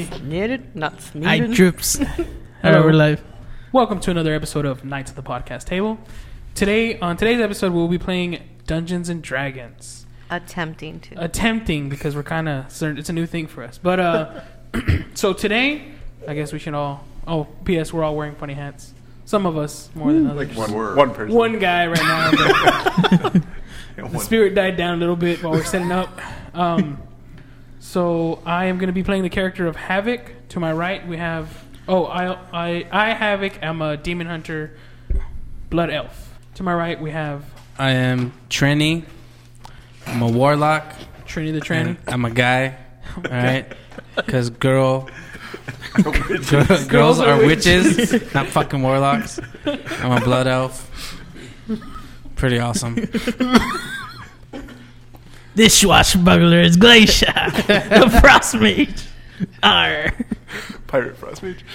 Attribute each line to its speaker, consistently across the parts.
Speaker 1: Sneered, not
Speaker 2: I
Speaker 1: sneered.
Speaker 2: trips.
Speaker 3: Hello.
Speaker 2: Hello, we're live.
Speaker 3: Welcome to another episode of Knights of the Podcast Table. Today, on today's episode, we'll be playing Dungeons and Dragons.
Speaker 1: Attempting to.
Speaker 3: Attempting because we're kind of it's a new thing for us. But uh, so today, I guess we should all. Oh, P.S. We're all wearing funny hats. Some of us more than others.
Speaker 4: One word. One person.
Speaker 3: One guy right now. but-
Speaker 4: One-
Speaker 3: the spirit died down a little bit while we're setting up. Um, so I am going to be playing the character of Havoc. To my right, we have oh I I I Havoc. I'm a demon hunter, blood elf. To my right, we have
Speaker 2: I am Trenny. I'm a warlock.
Speaker 3: Trini the Tranny.
Speaker 2: I'm a guy. All right, because girl, girl- girls,
Speaker 3: Girls are
Speaker 2: are witches, not fucking warlocks. I'm a blood elf. Pretty awesome.
Speaker 5: This swashbuckler is Glacier, the frost mage. R.
Speaker 4: Pirate Frost Mage.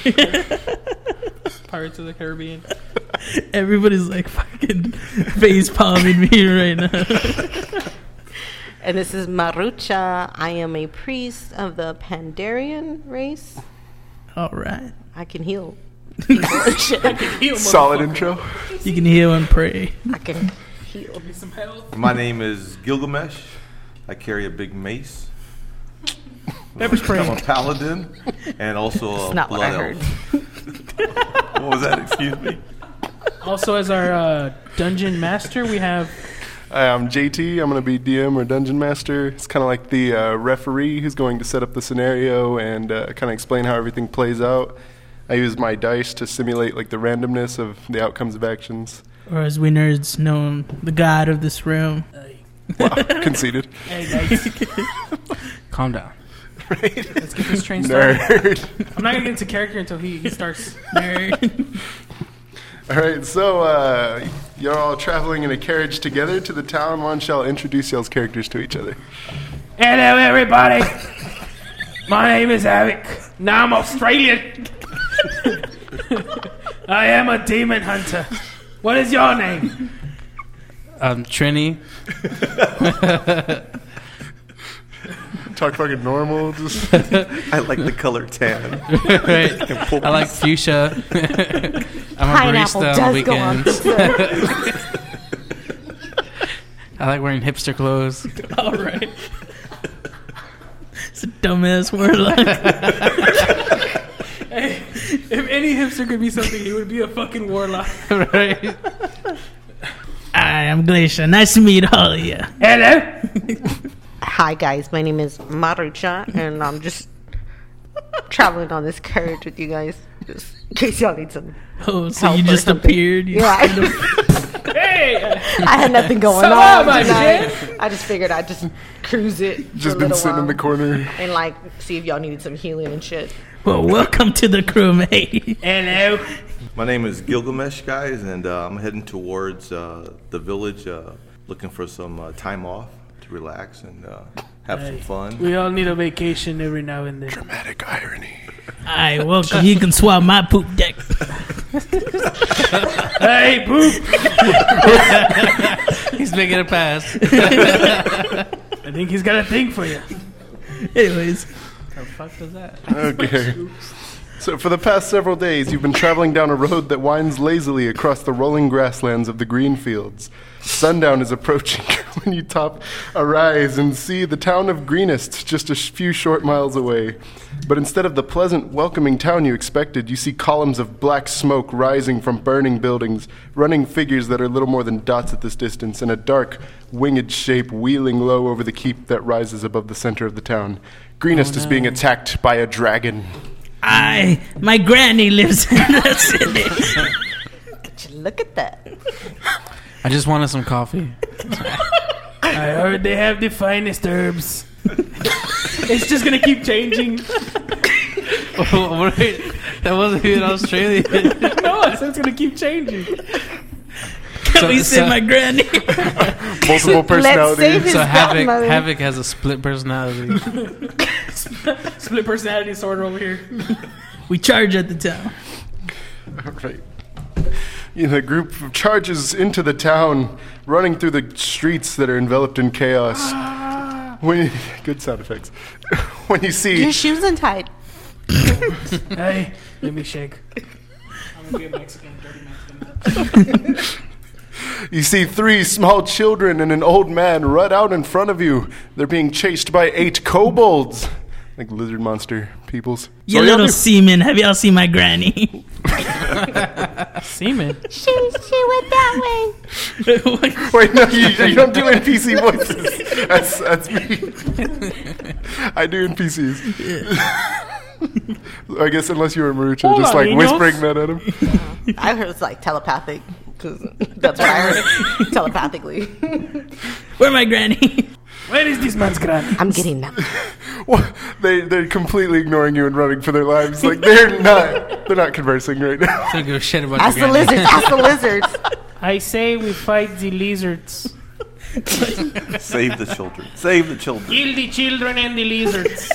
Speaker 3: Pirates of the Caribbean.
Speaker 5: Everybody's like fucking face palming me right now.
Speaker 1: And this is Marucha. I am a priest of the Pandarian race.
Speaker 5: All right,
Speaker 1: I can heal.
Speaker 3: Heal,
Speaker 4: Solid intro.
Speaker 5: you can heal and pray.
Speaker 1: I can heal.
Speaker 3: motherfucker. Some health.
Speaker 6: My name is Gilgamesh. I carry a big mace.
Speaker 3: Pepper spray.
Speaker 6: I'm a paladin and also
Speaker 1: That's
Speaker 6: a
Speaker 1: not what
Speaker 6: blood
Speaker 1: I
Speaker 6: elf.
Speaker 1: heard.
Speaker 6: What was that? Excuse me.
Speaker 3: Also, as our uh, dungeon master, we have
Speaker 4: Hi, I'm JT. I'm going to be DM or Dungeon Master. It's kind of like the uh, referee who's going to set up the scenario and uh, kind of explain how everything plays out. I use my dice to simulate like the randomness of the outcomes of actions.
Speaker 5: Or as we nerds know him, the god of this realm.
Speaker 4: Wow, conceded.
Speaker 3: hey guys,
Speaker 2: Calm down.
Speaker 3: let's get this train started.
Speaker 4: Nerd.
Speaker 3: I'm not gonna get into character until he, he starts.
Speaker 4: All right, so uh, you're all traveling in a carriage together to the town. One shall introduce y'all's characters to each other.
Speaker 3: Hello, everybody. My name is Eric. Now I'm Australian. I am a demon hunter. What is your name?
Speaker 2: I'm Trini.
Speaker 4: Talk fucking normal. Just
Speaker 6: I like the color tan.
Speaker 2: Right. I like fuchsia. I'm a
Speaker 1: Pineapple
Speaker 2: barista on
Speaker 1: does go on
Speaker 2: weekends.
Speaker 1: pizza.
Speaker 2: I like wearing hipster clothes.
Speaker 5: All right. It's a dumbass warlock.
Speaker 3: If any hipster could be something, he would be a fucking warlock.
Speaker 2: Right.
Speaker 5: Hi, I'm Glacier. Nice to meet all of you.
Speaker 3: Hello.
Speaker 1: Hi, guys. My name is Marucha, and I'm just traveling on this carriage with you guys. Just in case y'all need some.
Speaker 5: Oh, so
Speaker 1: Help
Speaker 5: you
Speaker 1: or
Speaker 5: just
Speaker 1: something.
Speaker 5: appeared? You-
Speaker 1: Yeah, I,
Speaker 3: Hey.
Speaker 1: I had nothing going
Speaker 3: So
Speaker 1: on
Speaker 3: am I,
Speaker 1: tonight. I just figured I'd just cruise it. for
Speaker 4: just
Speaker 1: a
Speaker 4: been
Speaker 1: little
Speaker 4: sitting in the
Speaker 1: while
Speaker 4: corner.
Speaker 1: And like, see if y'all needed some healing and shit.
Speaker 5: Well, welcome to the crew, mate.
Speaker 3: Hello.
Speaker 6: My name is Gilgamesh, guys, and uh, I'm heading towards uh, the village uh, looking for some uh, time off to relax and uh, have some fun.
Speaker 3: We all need a vacation every now and then.
Speaker 4: Dramatic irony.
Speaker 5: Hi, welcome. You can swab my poop deck.
Speaker 3: Hey, poop.
Speaker 2: He's making a pass.
Speaker 3: I think he's got a thing for you.
Speaker 5: Anyways,
Speaker 3: The fuck does that?
Speaker 4: Okay. So, for the past several days, you've been traveling down a road that winds lazily across the rolling grasslands of the green fields. Sundown is approaching when you top a rise and see the town of Greenest just a sh- few short miles away. But instead of the pleasant, welcoming town you expected, you see columns of black smoke rising from burning buildings, running figures that are little more than dots at this distance, and a dark, winged shape wheeling low over the keep that rises above the center of the town. Greenest is being attacked by a dragon.
Speaker 5: I my granny lives in the city.
Speaker 1: Look at that.
Speaker 2: I just wanted some coffee.
Speaker 3: I heard they have the finest herbs. it's just gonna keep changing.
Speaker 2: Wait, that wasn't even Australian.
Speaker 3: No, it's, it's gonna keep changing.
Speaker 5: Can
Speaker 2: So-
Speaker 5: we say
Speaker 2: so-
Speaker 5: my granny?
Speaker 4: Multiple
Speaker 1: Let's save
Speaker 4: personalities.
Speaker 1: his
Speaker 2: So Havoc,
Speaker 1: godmother.
Speaker 2: Havoc has a split personality.
Speaker 3: Split personality disorder over here.
Speaker 5: we charge at the town.
Speaker 4: Right. You know, the group charges into the town, running through the streets that are enveloped in chaos. When good sound effects. when you see
Speaker 1: Your shoes untied.
Speaker 3: hey, let me shake. I'm gonna be a Mexican, dirty Mexican.
Speaker 4: You see three small children and an old man run out in front of you. They're being chased by eight kobolds. Like lizard monster peoples.
Speaker 5: You
Speaker 4: So y'all
Speaker 5: little
Speaker 4: do-
Speaker 5: semen. Have y'all seen my granny?
Speaker 3: Semen.
Speaker 1: She, she went that way.
Speaker 4: Wait, no, you, you don't do NPC voices. That's, that's me. I do NPCs. I guess unless you were Marucha,
Speaker 3: Hola,
Speaker 4: just like
Speaker 3: niños.
Speaker 4: whispering that at him.
Speaker 1: I heard it's like telepathic. 'cause that's what I heard. telepathically.
Speaker 5: Where my granny?
Speaker 3: Where is this man's gran?
Speaker 1: I'm getting them.
Speaker 4: Wha- They, they're completely ignoring you and running for their lives. Like they're not, they're not conversing right now.
Speaker 2: Don't give a shit about
Speaker 1: Ask
Speaker 2: your
Speaker 1: the
Speaker 2: granny.
Speaker 1: lizards. Ask the lizards.
Speaker 3: I say we fight the lizards.
Speaker 6: Save the children. Save the children.
Speaker 3: Kill the children and the lizards.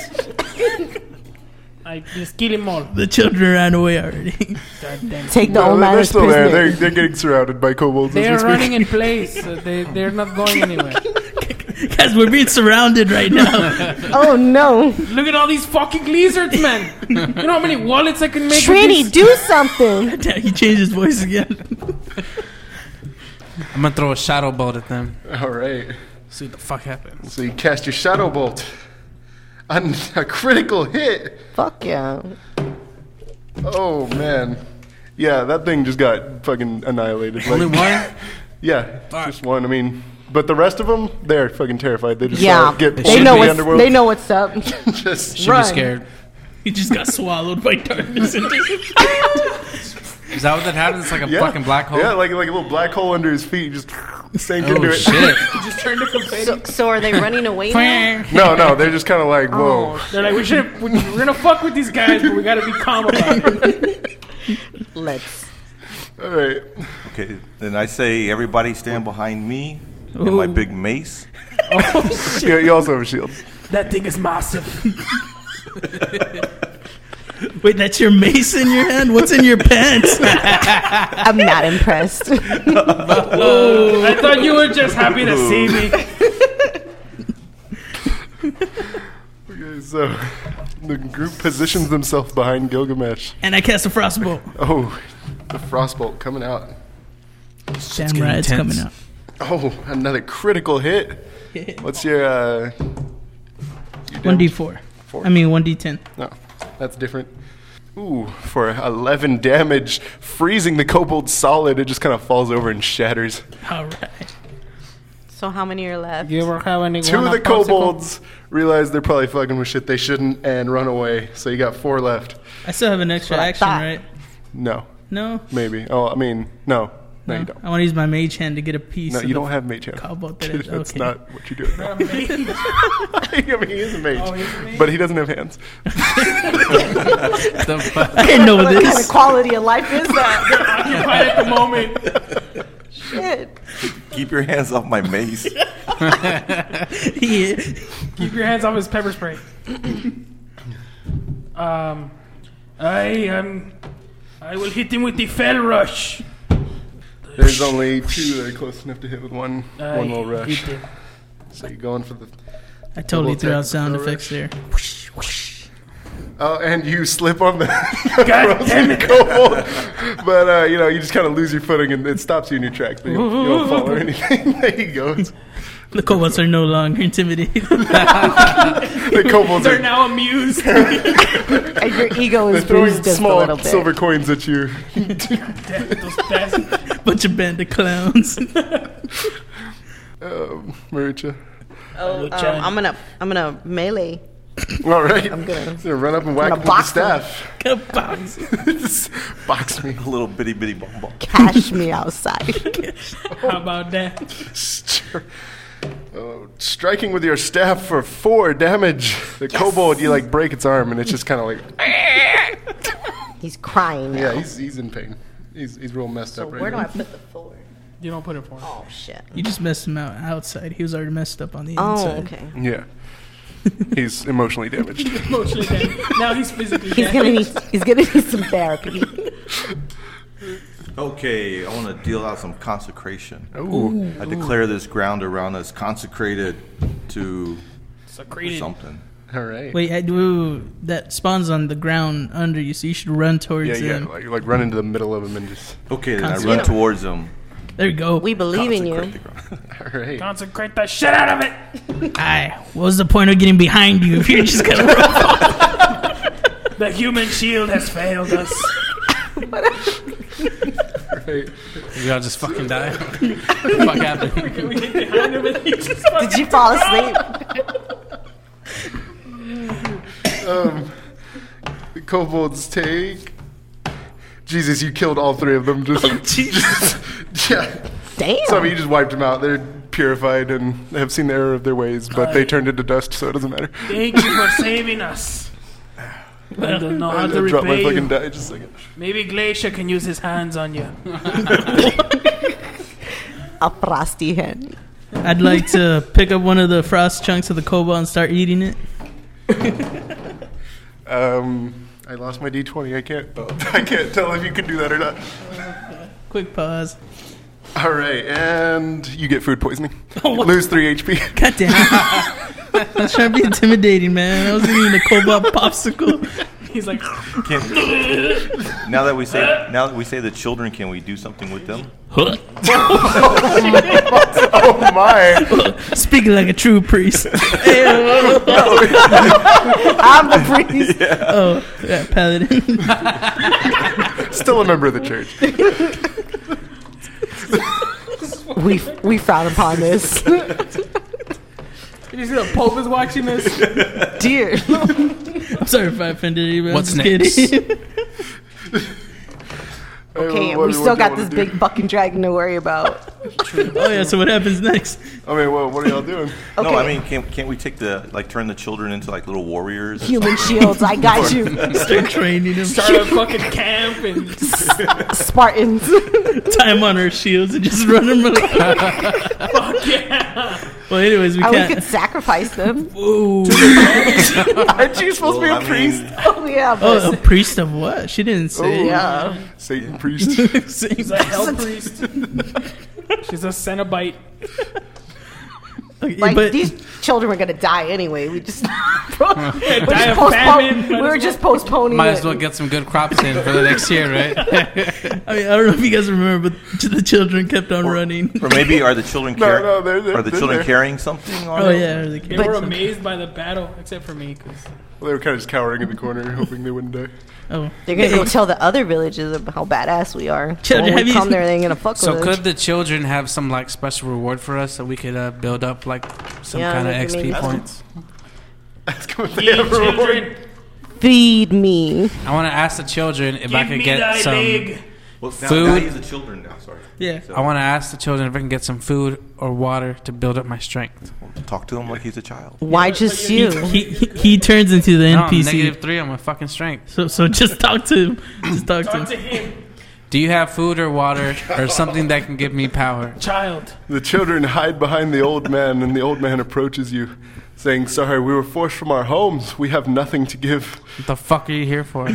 Speaker 3: I just kill them all.
Speaker 5: The children ran away already.
Speaker 3: God damn.
Speaker 1: Take the
Speaker 4: No,
Speaker 1: old man
Speaker 4: they're
Speaker 1: as
Speaker 4: still there. They're,
Speaker 1: prisoner.
Speaker 4: they're getting surrounded by kobolds.
Speaker 3: They are
Speaker 4: as we speak.
Speaker 3: running in place. Uh, they they're not going anywhere.
Speaker 5: Guys, we're being surrounded right now.
Speaker 1: Oh no,
Speaker 3: Look at all these fucking lizards, man. You know how many wallets I can make. with
Speaker 1: Trini,
Speaker 3: these?
Speaker 1: do something.
Speaker 5: Damn, he changed his voice again.
Speaker 2: I'm gonna throw a shadow bolt at them.
Speaker 4: All right.
Speaker 2: See what the fuck happens.
Speaker 4: So you cast your shadow bolt. On a critical hit.
Speaker 1: Fuck yeah.
Speaker 4: Oh man. Yeah, that thing just got fucking annihilated.
Speaker 2: Only
Speaker 4: like-
Speaker 2: one.
Speaker 4: Yeah,
Speaker 2: Fuck.
Speaker 4: just one. I mean, but the rest of them, they're fucking terrified. They just
Speaker 1: Yeah,
Speaker 4: saw it get pulled
Speaker 1: they know
Speaker 4: into the
Speaker 1: what's
Speaker 4: underworld.
Speaker 1: they know what's up.
Speaker 4: just
Speaker 2: Should
Speaker 1: Run.
Speaker 2: be scared.
Speaker 5: He just got swallowed by darkness. and just-
Speaker 2: Is that what that happens? It's like a
Speaker 4: yeah.
Speaker 2: fucking black hole.
Speaker 4: Yeah, like like a little black hole under his feet, just sank into
Speaker 2: oh
Speaker 4: it.
Speaker 2: shit.
Speaker 3: Just turn to confetti.
Speaker 1: So, so are they running away now?
Speaker 4: no, no, they're just kind of like,
Speaker 1: Oh.
Speaker 4: whoa.
Speaker 3: They're like, we should. We, we're gonna fuck with these guys, but we gotta be calm about it.
Speaker 1: Let's.
Speaker 4: All right,
Speaker 6: Okay. Then I say everybody stand behind me and my big mace.
Speaker 4: you, you also have a shield.
Speaker 3: That thing is massive.
Speaker 5: Wait, that's your mace in your hand? What's in your pants?
Speaker 1: I'm not impressed.
Speaker 3: I thought you were just happy to see me.
Speaker 4: Okay, so the group positions themselves behind Gilgamesh.
Speaker 5: and I cast a frostbolt.
Speaker 4: Oh, the frostbolt coming out.
Speaker 5: Damn right, it's
Speaker 2: intense.
Speaker 5: coming out.
Speaker 4: Oh, another critical hit. What's your uh? your
Speaker 5: One d
Speaker 4: damage?
Speaker 5: four.
Speaker 4: Four.
Speaker 5: I mean one d ten.
Speaker 4: No, that's different. Ooh, for 11 damage, freezing the kobold solid. It just kind of falls over and shatters.
Speaker 5: All right.
Speaker 1: so how many are left?
Speaker 3: You ever have any?
Speaker 4: Two of the kobolds realize they're probably fucking with shit they shouldn't and run away. So you got four left.
Speaker 5: I still have an extra
Speaker 1: What I
Speaker 5: action,
Speaker 1: thought.
Speaker 5: right?
Speaker 4: No,
Speaker 5: No.
Speaker 4: maybe. Oh, I mean, no. No, you don't.
Speaker 5: I want to use my mage hand to get a piece.
Speaker 4: No,
Speaker 5: of
Speaker 4: you
Speaker 5: Oh, the
Speaker 4: don't have mage hand.
Speaker 5: Kobold that is-
Speaker 4: That's
Speaker 5: okay.
Speaker 4: not what you do. I
Speaker 3: kobolds.
Speaker 4: mean, he is a mage,
Speaker 3: he's a mage?
Speaker 4: but he doesn't have hands.
Speaker 2: The fuck?
Speaker 5: I didn't know
Speaker 1: What kind of
Speaker 5: this.
Speaker 1: quality of life is that?
Speaker 3: Occupied at the moment.
Speaker 1: Shit.
Speaker 6: Keep your hands off my mace.
Speaker 5: Yeah.
Speaker 3: Keep your hands off his pepper spray. um, I am. I will hit him with the fell rush.
Speaker 4: There's only two that are close enough to hit with one,
Speaker 1: Uh,
Speaker 3: I
Speaker 4: one little
Speaker 3: hit
Speaker 4: rush.
Speaker 3: him.
Speaker 4: So you're going for the
Speaker 5: I totally
Speaker 4: Double
Speaker 5: threw out
Speaker 4: tap,
Speaker 5: sound
Speaker 4: double
Speaker 5: effects there.
Speaker 4: Oh, and you slip on the
Speaker 3: God damn it.
Speaker 4: goal. But, uh, you know, you just kind of lose your footing and it stops you in your tracks, but you, don't- you don't fall or anything. there you go. It's-
Speaker 5: The kobolds are no longer intimidated.
Speaker 4: the kobolds
Speaker 3: They're
Speaker 4: are
Speaker 3: now amused.
Speaker 4: Um,
Speaker 1: And your ego is
Speaker 4: throwing
Speaker 1: bruised just a
Speaker 4: small
Speaker 1: little bit.
Speaker 4: silver coins at you.
Speaker 3: Those bastards.
Speaker 5: Bunch of band of clowns.
Speaker 4: Um, Marucha.
Speaker 1: Oh, um, I'm gonna, I'm gonna melee.
Speaker 4: All right.
Speaker 1: I'm gonna-
Speaker 4: So run up and whack
Speaker 1: gonna
Speaker 4: him with the
Speaker 1: box them.
Speaker 4: staff.
Speaker 5: Kabox.
Speaker 4: Just box me.
Speaker 6: A little bitty bitty bum bum.
Speaker 1: Cash me outside.
Speaker 3: How about that?
Speaker 4: Oh, striking with your staff for four damage. The kobold, you like break its arm and it's just kind of like,
Speaker 1: He's crying.
Speaker 4: yeah, he's, he's in pain. He's, he's real messed
Speaker 1: So
Speaker 4: up right
Speaker 1: where do
Speaker 4: now.
Speaker 1: I put the four?
Speaker 3: You don't put it for him.
Speaker 1: Oh shit.
Speaker 5: You just messed him out outside. He was already messed up on the
Speaker 1: Oh,
Speaker 5: inside.
Speaker 1: okay.
Speaker 4: yeah. he's emotionally damaged.
Speaker 3: Emotionally dead. Now he's physically
Speaker 1: He's
Speaker 3: dead.
Speaker 1: gonna need, he's gonna need some therapy.
Speaker 6: Okay, I want to deal out some consecration.
Speaker 4: Ooh.
Speaker 6: I declare this ground around us consecrated to
Speaker 3: Secreted.
Speaker 6: something.
Speaker 4: All right.
Speaker 5: Wait, I do that spawns on the ground under you, so you should run towards
Speaker 4: yeah, yeah.
Speaker 5: them.
Speaker 4: Like, like run into the middle of him and just.
Speaker 6: Okay, then I
Speaker 5: Concentrate.
Speaker 6: run towards him.
Speaker 5: there you go.
Speaker 1: We believe in you.
Speaker 6: Consecrate the ground.
Speaker 4: All right.
Speaker 3: Consecrate the shit out of it.
Speaker 5: Aye. What was the point of getting behind you if you're just gonna run?
Speaker 3: The human shield has failed us.
Speaker 4: Right.
Speaker 2: We all just fucking die. Fuck happened?
Speaker 3: we get behind him and he just fucking
Speaker 1: Did you fall asleep?
Speaker 4: The kobolds take. Jesus, you killed all three of them. Just, just yeah.
Speaker 1: Damn.
Speaker 4: So I mean, you just wiped them out. They're purified and have seen the error of their ways, but they turned into dust, so it doesn't matter.
Speaker 3: Thank you for saving us. I don't know
Speaker 4: I,
Speaker 3: how
Speaker 4: I
Speaker 3: to
Speaker 4: dropped my
Speaker 3: repay
Speaker 4: fucking
Speaker 3: you.
Speaker 4: die. Just like
Speaker 3: Maybe Glacier can use his hands on you.
Speaker 1: a frosty hen.
Speaker 5: I'd like to pick up one of the frost chunks of the cobalt and start eating it.
Speaker 4: um, I lost my D twenty. I can't. I can't tell if you can do that or not.
Speaker 5: Quick pause.
Speaker 4: All right, and you get food poisoning.
Speaker 1: Oh,
Speaker 4: Lose three HP.
Speaker 5: God damn. I was trying to be intimidating, man. I was eating a cobalt popsicle.
Speaker 3: He's like,
Speaker 6: Can't- now that we say now that we say the children, can we do something with them?
Speaker 4: oh my!
Speaker 5: Speaking like a true priest.
Speaker 1: I'm the priest.
Speaker 5: oh, yeah, paladin.
Speaker 4: Still a member of the church.
Speaker 1: We we frown upon this.
Speaker 3: you see the Pope is watching this?
Speaker 1: Dear.
Speaker 5: I'm sorry if I offended you, but
Speaker 2: What's
Speaker 5: I'm just
Speaker 2: next?
Speaker 5: kidding.
Speaker 1: Okay,
Speaker 4: Hey,
Speaker 1: we
Speaker 4: what-
Speaker 1: still
Speaker 4: what do you
Speaker 1: got
Speaker 4: wanna
Speaker 1: this
Speaker 4: do?
Speaker 1: big fucking dragon to worry about.
Speaker 5: oh yeah, so what happens next?
Speaker 4: I mean, well, what are y'all doing?
Speaker 6: No, I
Speaker 1: Okay.
Speaker 6: mean, can't can't we take the like turn the children into like little warriors?
Speaker 1: Human shields, I got you.
Speaker 5: Start training him.
Speaker 3: Start a fucking camp and
Speaker 1: Spartans.
Speaker 5: tie him on our shields and just run him. Like, Well, anyways, we
Speaker 1: I we
Speaker 5: can't.
Speaker 1: could sacrifice them.
Speaker 4: Aren't you supposed
Speaker 6: Well,
Speaker 4: to
Speaker 6: I
Speaker 4: be a priest?
Speaker 6: mean,
Speaker 1: Oh yeah, but
Speaker 5: Oh, a priest of what? She didn't say.
Speaker 1: yeah.
Speaker 4: Satan priest.
Speaker 5: Same-
Speaker 3: a hell priest. She's a Cenobite.
Speaker 5: okay,
Speaker 1: Like
Speaker 5: but
Speaker 1: these children were gonna die anyway. We just, we're,
Speaker 3: die of
Speaker 1: just postpone,
Speaker 3: famine, might
Speaker 1: we were
Speaker 3: as
Speaker 1: just postponing.
Speaker 2: Might
Speaker 1: it.
Speaker 2: as well get some good crops in for the next year, right?
Speaker 5: I, mean, I don't know if you guys remember, but t- the children kept on running.
Speaker 6: or maybe are the children
Speaker 4: No,
Speaker 6: car-
Speaker 4: no, they're- they're-
Speaker 6: are the
Speaker 4: they're
Speaker 6: children
Speaker 4: there.
Speaker 6: carrying something? On
Speaker 5: Oh
Speaker 6: them?
Speaker 5: yeah, they
Speaker 3: They
Speaker 5: kept-
Speaker 3: were amazed by the battle, except for me. 'cause-
Speaker 4: Well, they were kind of just cowering in the corner, hoping they wouldn't die.
Speaker 5: oh.
Speaker 1: They're gonna go tell the other villages of how badass we are.
Speaker 5: Children,
Speaker 1: when
Speaker 5: have
Speaker 1: we
Speaker 5: you-
Speaker 1: come there, they're gonna fuck
Speaker 2: so
Speaker 1: with us.
Speaker 2: could the children have some like special reward for us that we could uh, build up like some
Speaker 1: Yeah,
Speaker 2: kind of
Speaker 1: maybe-
Speaker 2: XP
Speaker 1: maybe.
Speaker 2: points?
Speaker 4: Ask them if they
Speaker 3: Ye
Speaker 4: have a reward.
Speaker 3: children,
Speaker 1: Feed me.
Speaker 2: I want to ask the children if I
Speaker 3: give
Speaker 2: could
Speaker 3: me thy
Speaker 2: get some.
Speaker 3: leg.
Speaker 6: Well, now,
Speaker 2: Food.
Speaker 6: now he's the children now. Sorry.
Speaker 5: Yeah.
Speaker 2: I want to ask the children if I can get some food or water to build up my strength.
Speaker 6: Talk to him like he's a child.
Speaker 1: Why just you?
Speaker 5: He, he he turns into the
Speaker 2: No, I'm
Speaker 5: NPC.
Speaker 2: negative three on my fucking strength.
Speaker 5: So so just talk to him. Just talk
Speaker 3: Talk
Speaker 5: to
Speaker 3: to
Speaker 5: him.
Speaker 3: him,
Speaker 2: Do you have food or water or something that can give me power?
Speaker 3: child.
Speaker 4: The children hide behind the old man, and the old man approaches you, saying, Sorry, we were forced from our homes. We have nothing to give.
Speaker 2: What the fuck are you here for?
Speaker 4: We're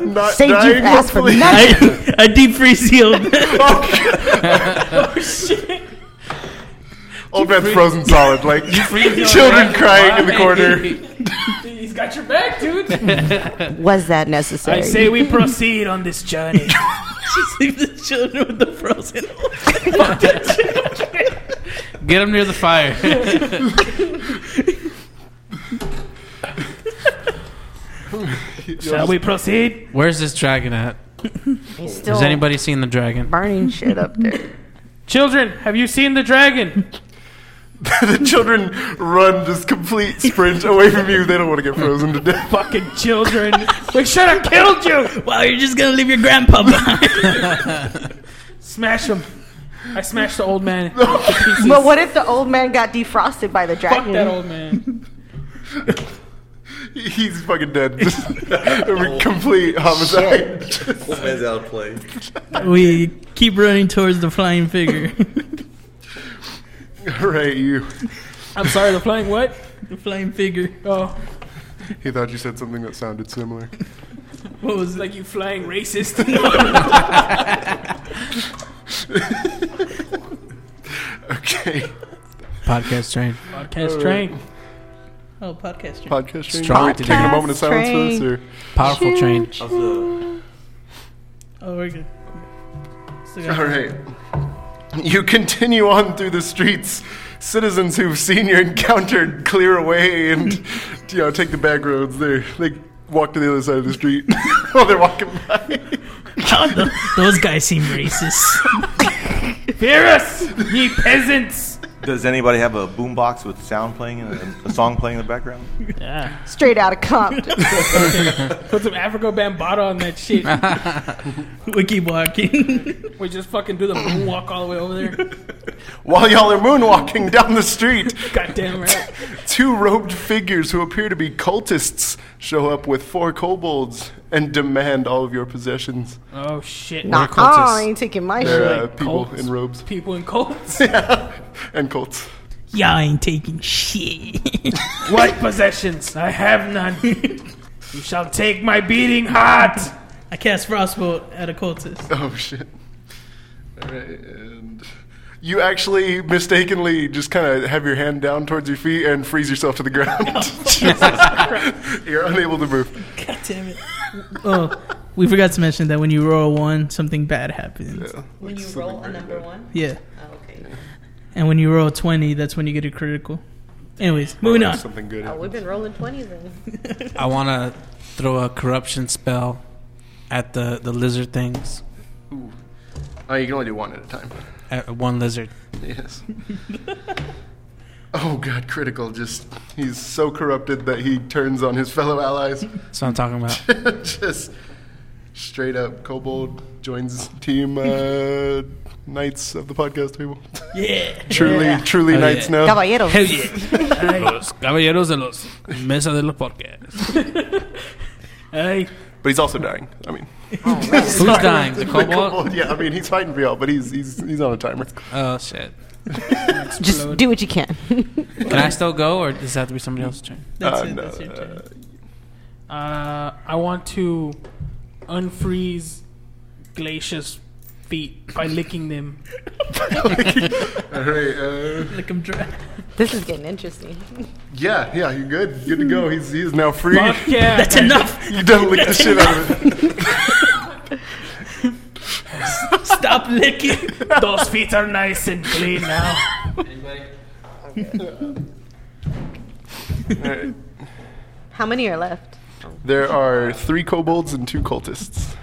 Speaker 4: not
Speaker 1: Saved you
Speaker 4: dying,
Speaker 1: ass for
Speaker 4: hopefully.
Speaker 1: nothing.
Speaker 5: I, I deep freeze the old man.
Speaker 4: Old man's frozen solid. Like,
Speaker 2: freeze
Speaker 4: children crying in the corner.
Speaker 3: He's got your back, dude.
Speaker 1: Was that
Speaker 3: I
Speaker 1: necessary?
Speaker 3: say we proceed on this journey.
Speaker 5: Just leave the children with the frozen.
Speaker 2: Get them near the fire.
Speaker 3: Shall we proceed?
Speaker 2: Where's this dragon at?
Speaker 1: He's still
Speaker 4: Oh.
Speaker 2: Has anybody seen the dragon?
Speaker 1: burning shit up there?
Speaker 3: Children, have you seen the dragon?
Speaker 4: the children run just complete sprint away from you. They don't want to get frozen to death.
Speaker 3: Fucking children. We should have killed you.
Speaker 5: Wow, you're just gonna leave your grandpa behind.
Speaker 3: Smash him. I smashed the old man.
Speaker 1: But what if the old man got defrosted by the
Speaker 3: Fuck
Speaker 1: dragon?
Speaker 3: that old man.
Speaker 4: He's fucking dead. Just a complete homicide.
Speaker 6: Old man's out of play.
Speaker 5: We keep running towards the flying figure.
Speaker 4: right, you.
Speaker 3: I'm sorry, the flying what?
Speaker 5: the flying figure.
Speaker 3: Oh,
Speaker 4: He thought you said something that sounded similar.
Speaker 5: What was it?
Speaker 3: like you flying racist.
Speaker 4: Okay.
Speaker 2: Podcast train.
Speaker 3: Podcast train.
Speaker 5: Oh, podcaster.
Speaker 4: Podcast train.
Speaker 2: Strong
Speaker 4: Are we taking a
Speaker 1: Podcast
Speaker 4: moment of silence
Speaker 1: train.
Speaker 4: for this? Or?
Speaker 2: Powerful train.
Speaker 6: How's the
Speaker 5: oh, we're good. Still got
Speaker 4: All right. You continue on through the streets. Citizens who've seen your encounter clear away and you know take the back roads. They they walk to the other side of the street while they're walking by.
Speaker 5: Oh, th- those guys seem racist.
Speaker 3: Fear us, ye peasants!
Speaker 6: Does anybody have a boombox with sound playing and a, a song playing in the background?
Speaker 5: Yeah.
Speaker 1: Straight out of Compton.
Speaker 3: Put some Africa Bambata on that shit.
Speaker 5: We keep walking.
Speaker 3: we just fucking do the moonwalk all the way over there.
Speaker 4: While y'all are moonwalking down the street,
Speaker 3: Goddamn right.
Speaker 4: two robed figures who appear to be cultists show up with four kobolds and demand all of your possessions.
Speaker 3: Oh shit.
Speaker 1: Nah, I ain't taking my
Speaker 4: They're
Speaker 1: shit.
Speaker 4: uh, people
Speaker 3: cults.
Speaker 4: in robes
Speaker 3: People in cults.
Speaker 4: and cults.
Speaker 5: Y'all ain't taking shit.
Speaker 3: what possessions? I have none. you shall take my beating heart.
Speaker 5: I cast frostbolt at a cultist.
Speaker 4: Oh shit! All right, and you actually mistakenly just kind of have your hand down towards your feet and freeze yourself to the ground. Jesus. You're unable to move.
Speaker 5: God damn it. Oh, we forgot to mention that when you roll a one, something bad happens.
Speaker 1: When you roll a number one.
Speaker 5: Yeah.
Speaker 1: Oh, okay.
Speaker 5: And when you roll a 20, that's when you get a critical. Anyways, moving on.
Speaker 4: Something good.
Speaker 1: Oh,
Speaker 4: happened.
Speaker 1: we've been rolling 20s then.
Speaker 2: I want to throw a corruption spell at the, the lizard things.
Speaker 4: Oh, you can only do one at a time.
Speaker 2: At one lizard.
Speaker 4: Yes. oh god, critical! Just he's so corrupted that he turns on his fellow allies.
Speaker 2: That's what I'm talking about.
Speaker 4: just straight up, kobold joins team uh, knights of the podcast table.
Speaker 5: Yeah.
Speaker 4: truly, truly
Speaker 2: Oh,
Speaker 4: knights
Speaker 2: yeah.
Speaker 4: now.
Speaker 1: Caballero.
Speaker 2: Hell yeah. los caballeros de los mesa de los podcasts.
Speaker 3: Hey,
Speaker 4: But he's also dying. I mean,
Speaker 2: Who's dying? The
Speaker 4: the
Speaker 2: cobalt?
Speaker 4: kobold, yeah, I mean, he's fighting for y'all, but he's he's he's on a timer.
Speaker 2: Oh, shit.
Speaker 3: Explode.
Speaker 1: Just do what you can.
Speaker 2: Can I still go, or does it have to be somebody else's turn?
Speaker 5: That's
Speaker 4: Uh,
Speaker 5: it.
Speaker 4: no,
Speaker 5: that's your turn.
Speaker 3: uh, I want to unfreeze Glacier's feet by licking them.
Speaker 4: All right, uh,
Speaker 5: Lick 'em dry.
Speaker 1: this is getting interesting.
Speaker 4: yeah, yeah, you're good, good to go. He's he's now free.
Speaker 3: Fuck yeah.
Speaker 5: That's enough.
Speaker 4: You don't lick the shit out of it.
Speaker 5: Stop licking.
Speaker 3: Those feet are nice and clean now.
Speaker 1: How many are left?
Speaker 4: There are three kobolds and two cultists.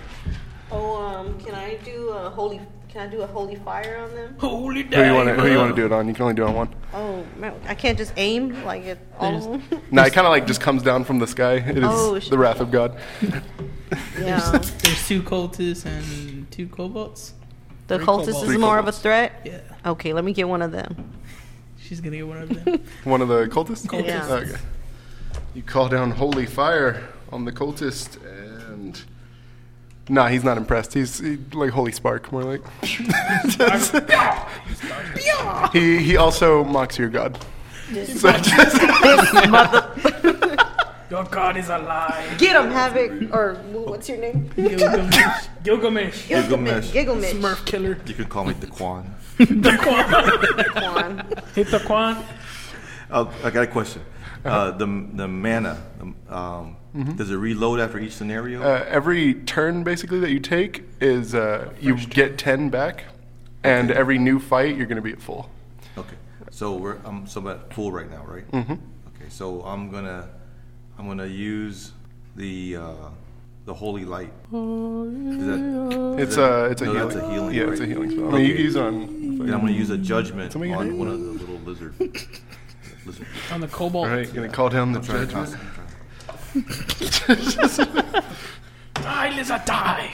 Speaker 1: Oh, um, can I do a holy? Can I do a holy fire on them?
Speaker 5: Holy
Speaker 4: Who you want to who you want to do it on? You can only do it on one.
Speaker 1: Oh, man, I can't just aim like at all of them.
Speaker 4: No, it kind of like just comes down from the sky. It is
Speaker 1: Oh, sh-
Speaker 4: the wrath of God.
Speaker 1: yeah,
Speaker 5: There's two cultists and two kobolds.
Speaker 1: the cultist is
Speaker 4: Three
Speaker 1: more of a
Speaker 4: kobolds.
Speaker 1: threat.
Speaker 5: Yeah.
Speaker 1: Okay, let me get one of them.
Speaker 5: She's gonna get one of them.
Speaker 4: One of the cultists.
Speaker 1: Cultists. Yeah.
Speaker 4: Okay. You call down holy fire on the cultist, and nah, he's not impressed. He's he, like holy spark, more like. he he also mocks your god. So just-
Speaker 3: Your god is alive.
Speaker 1: Get him, Havoc, or wh- what's your name?
Speaker 5: Gilgamesh.
Speaker 3: Gilgamesh.
Speaker 6: Gilgamesh.
Speaker 1: Giggle Mitch.
Speaker 3: Smurf killer.
Speaker 6: You can call me Daquan.
Speaker 1: Quan.
Speaker 3: Hit the Quan.
Speaker 6: Uh, I got a question.
Speaker 4: Uh-huh.
Speaker 6: Uh, the the mana, um, does it reload after each scenario?
Speaker 4: Mm-hmm. uh, every turn basically that you take is uh, you get ten back, and every new fight you're gonna be at full.
Speaker 6: okay, so we're I'm so I'm at full right now, right? Mm-hmm. Okay, so I'm gonna I'm gonna use the uh, the holy light. Is that-
Speaker 4: It's a
Speaker 6: that-
Speaker 4: it's a
Speaker 6: no,
Speaker 4: healing.
Speaker 6: that's a healing,
Speaker 4: Yeah, it's a
Speaker 6: right.
Speaker 4: healing spell. I mean, you
Speaker 6: Okay.
Speaker 4: can use it on.
Speaker 6: Then I'm gonna use a judgment
Speaker 4: Somebody
Speaker 6: on
Speaker 4: hit
Speaker 6: one of the little lizard. lizard.
Speaker 3: On the cobalt.
Speaker 4: All right, gonna call down the
Speaker 6: Try to
Speaker 4: judgment.
Speaker 6: concentrate, try to-
Speaker 3: Die, Lizard, die.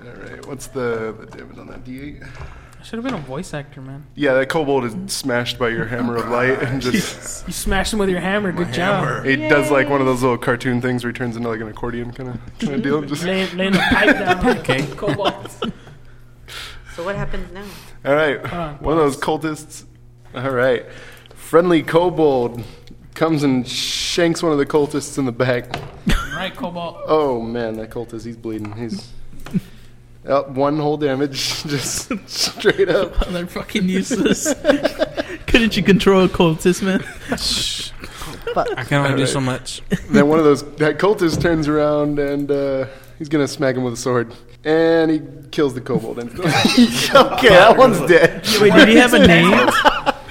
Speaker 4: All right, what's the, the damage on that D8?
Speaker 3: I should have been a voice actor, man.
Speaker 4: Yeah, that kobold is smashed by your hammer of light and just
Speaker 3: You smashed him with your hammer. Good job.
Speaker 4: it does like one of those little cartoon things where he turns into like an accordion kind of kind of deal. Just
Speaker 3: Laying, laying a pipe down. okay. Cobalt.
Speaker 1: So what happens now?
Speaker 4: all right,
Speaker 3: on,
Speaker 4: one of those cultists. All right, friendly kobold comes and shanks one of the cultists in the back.
Speaker 3: Right, Cobalt.
Speaker 4: Oh man, that cultist, he's bleeding. He's up one whole damage, just straight up.
Speaker 5: Oh, they're fucking useless. Couldn't you control a cultist, man?
Speaker 1: Fuck.
Speaker 2: I can only do so much.
Speaker 4: then one of those that cultist turns around and uh, he's gonna smack him with a sword, and he kills the kobold. And okay, that one's dead.
Speaker 5: Wait, did he have a name?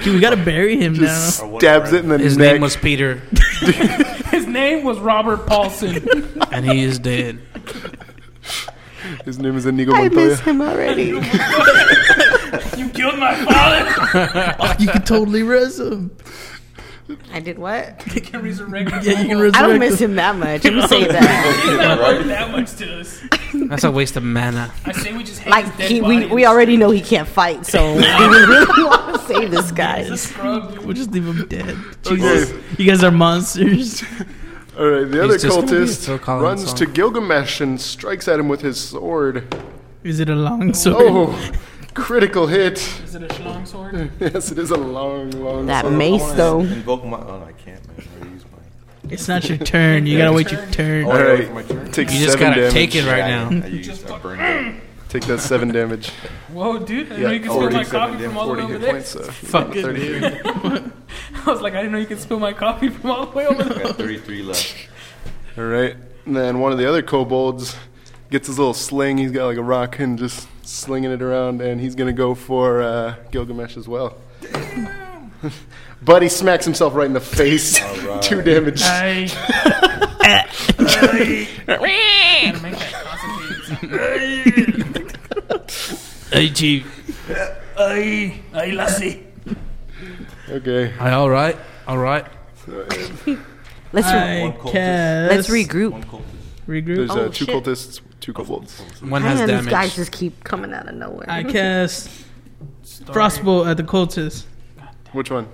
Speaker 5: Dude, we gotta bury him
Speaker 4: Just
Speaker 5: now.
Speaker 4: stabs it in the
Speaker 2: His
Speaker 4: neck.
Speaker 2: name was Peter,
Speaker 3: His name was Robert Paulson.
Speaker 2: and he is dead.
Speaker 4: His name is Inigo
Speaker 1: I
Speaker 4: Montoya.
Speaker 1: miss him already.
Speaker 3: you killed my father.
Speaker 5: Oh, you can totally res him.
Speaker 1: I did what?
Speaker 3: You can resurrect him.
Speaker 5: Yeah, you can
Speaker 3: resurrect
Speaker 5: res
Speaker 1: I don't miss him that much. I'm gonna say that.
Speaker 3: that much to us.
Speaker 2: That's a waste of mana.
Speaker 3: I say we just hang
Speaker 1: Like
Speaker 3: his dead
Speaker 1: he,
Speaker 3: body
Speaker 1: we,
Speaker 3: in
Speaker 1: we
Speaker 3: the
Speaker 1: already know he can't fight, so do we really want to save this guy?
Speaker 3: scrub, dude.
Speaker 5: We'll just leave him dead. Jesus. You guys are monsters.
Speaker 4: All right, the other
Speaker 2: just gonna be Phil
Speaker 4: cultist
Speaker 2: Collins
Speaker 4: runs
Speaker 2: song.
Speaker 4: to Gilgamesh and strikes at him with his sword.
Speaker 5: Is it a long sword?
Speaker 4: Oh, critical hit!
Speaker 3: Is it a schlong sword?
Speaker 4: Yes, it is a long, long.
Speaker 1: That
Speaker 4: sword.
Speaker 1: mace though.
Speaker 6: Invoke my. Oh, no, I can't, man. I use my.
Speaker 5: It's not your turn. You gotta wait your turn.
Speaker 6: Oh,
Speaker 4: All
Speaker 6: I
Speaker 4: right,
Speaker 6: wait for my turn.
Speaker 4: takes
Speaker 2: You just
Speaker 4: seven
Speaker 2: gotta
Speaker 4: damage.
Speaker 2: take it right now.
Speaker 6: I used. I burned it.
Speaker 4: Take that seven damage.
Speaker 3: Whoa, dude! I didn't know
Speaker 4: Yeah,
Speaker 3: you could spill
Speaker 6: 40,
Speaker 3: my
Speaker 6: 70,
Speaker 3: coffee
Speaker 6: damn,
Speaker 3: from all the
Speaker 6: 40
Speaker 3: way over
Speaker 6: hit
Speaker 3: there.
Speaker 6: points. uh,
Speaker 2: Fuck it,
Speaker 4: 33.
Speaker 3: I was like, I didn't know you could spill my coffee from all the way over there.
Speaker 6: I got 33 left.
Speaker 4: All right. And then one of the other kobolds gets his little sling. He's got like a rock and just slinging it around, and he's gonna go for uh, Gilgamesh as well. but he smacks himself right in the face. Two damage.
Speaker 3: I gotta make that concentrate.
Speaker 5: Hey, Chief.
Speaker 3: Ay, ay, lassie.
Speaker 4: Okay.
Speaker 2: I all right, all right.
Speaker 1: Let's re-
Speaker 5: I
Speaker 6: One cultist.
Speaker 5: guess.
Speaker 1: let's regroup.
Speaker 6: One cultist.
Speaker 5: regroup.
Speaker 4: There's uh,
Speaker 1: Oh,
Speaker 4: two
Speaker 1: shit.
Speaker 4: cultists,
Speaker 3: Oh,
Speaker 4: two kobolds.
Speaker 2: One has
Speaker 1: Man, these guys
Speaker 2: damage.
Speaker 1: just keep coming out of nowhere.
Speaker 5: I cast Frostbolt at the cultist.
Speaker 4: Which one?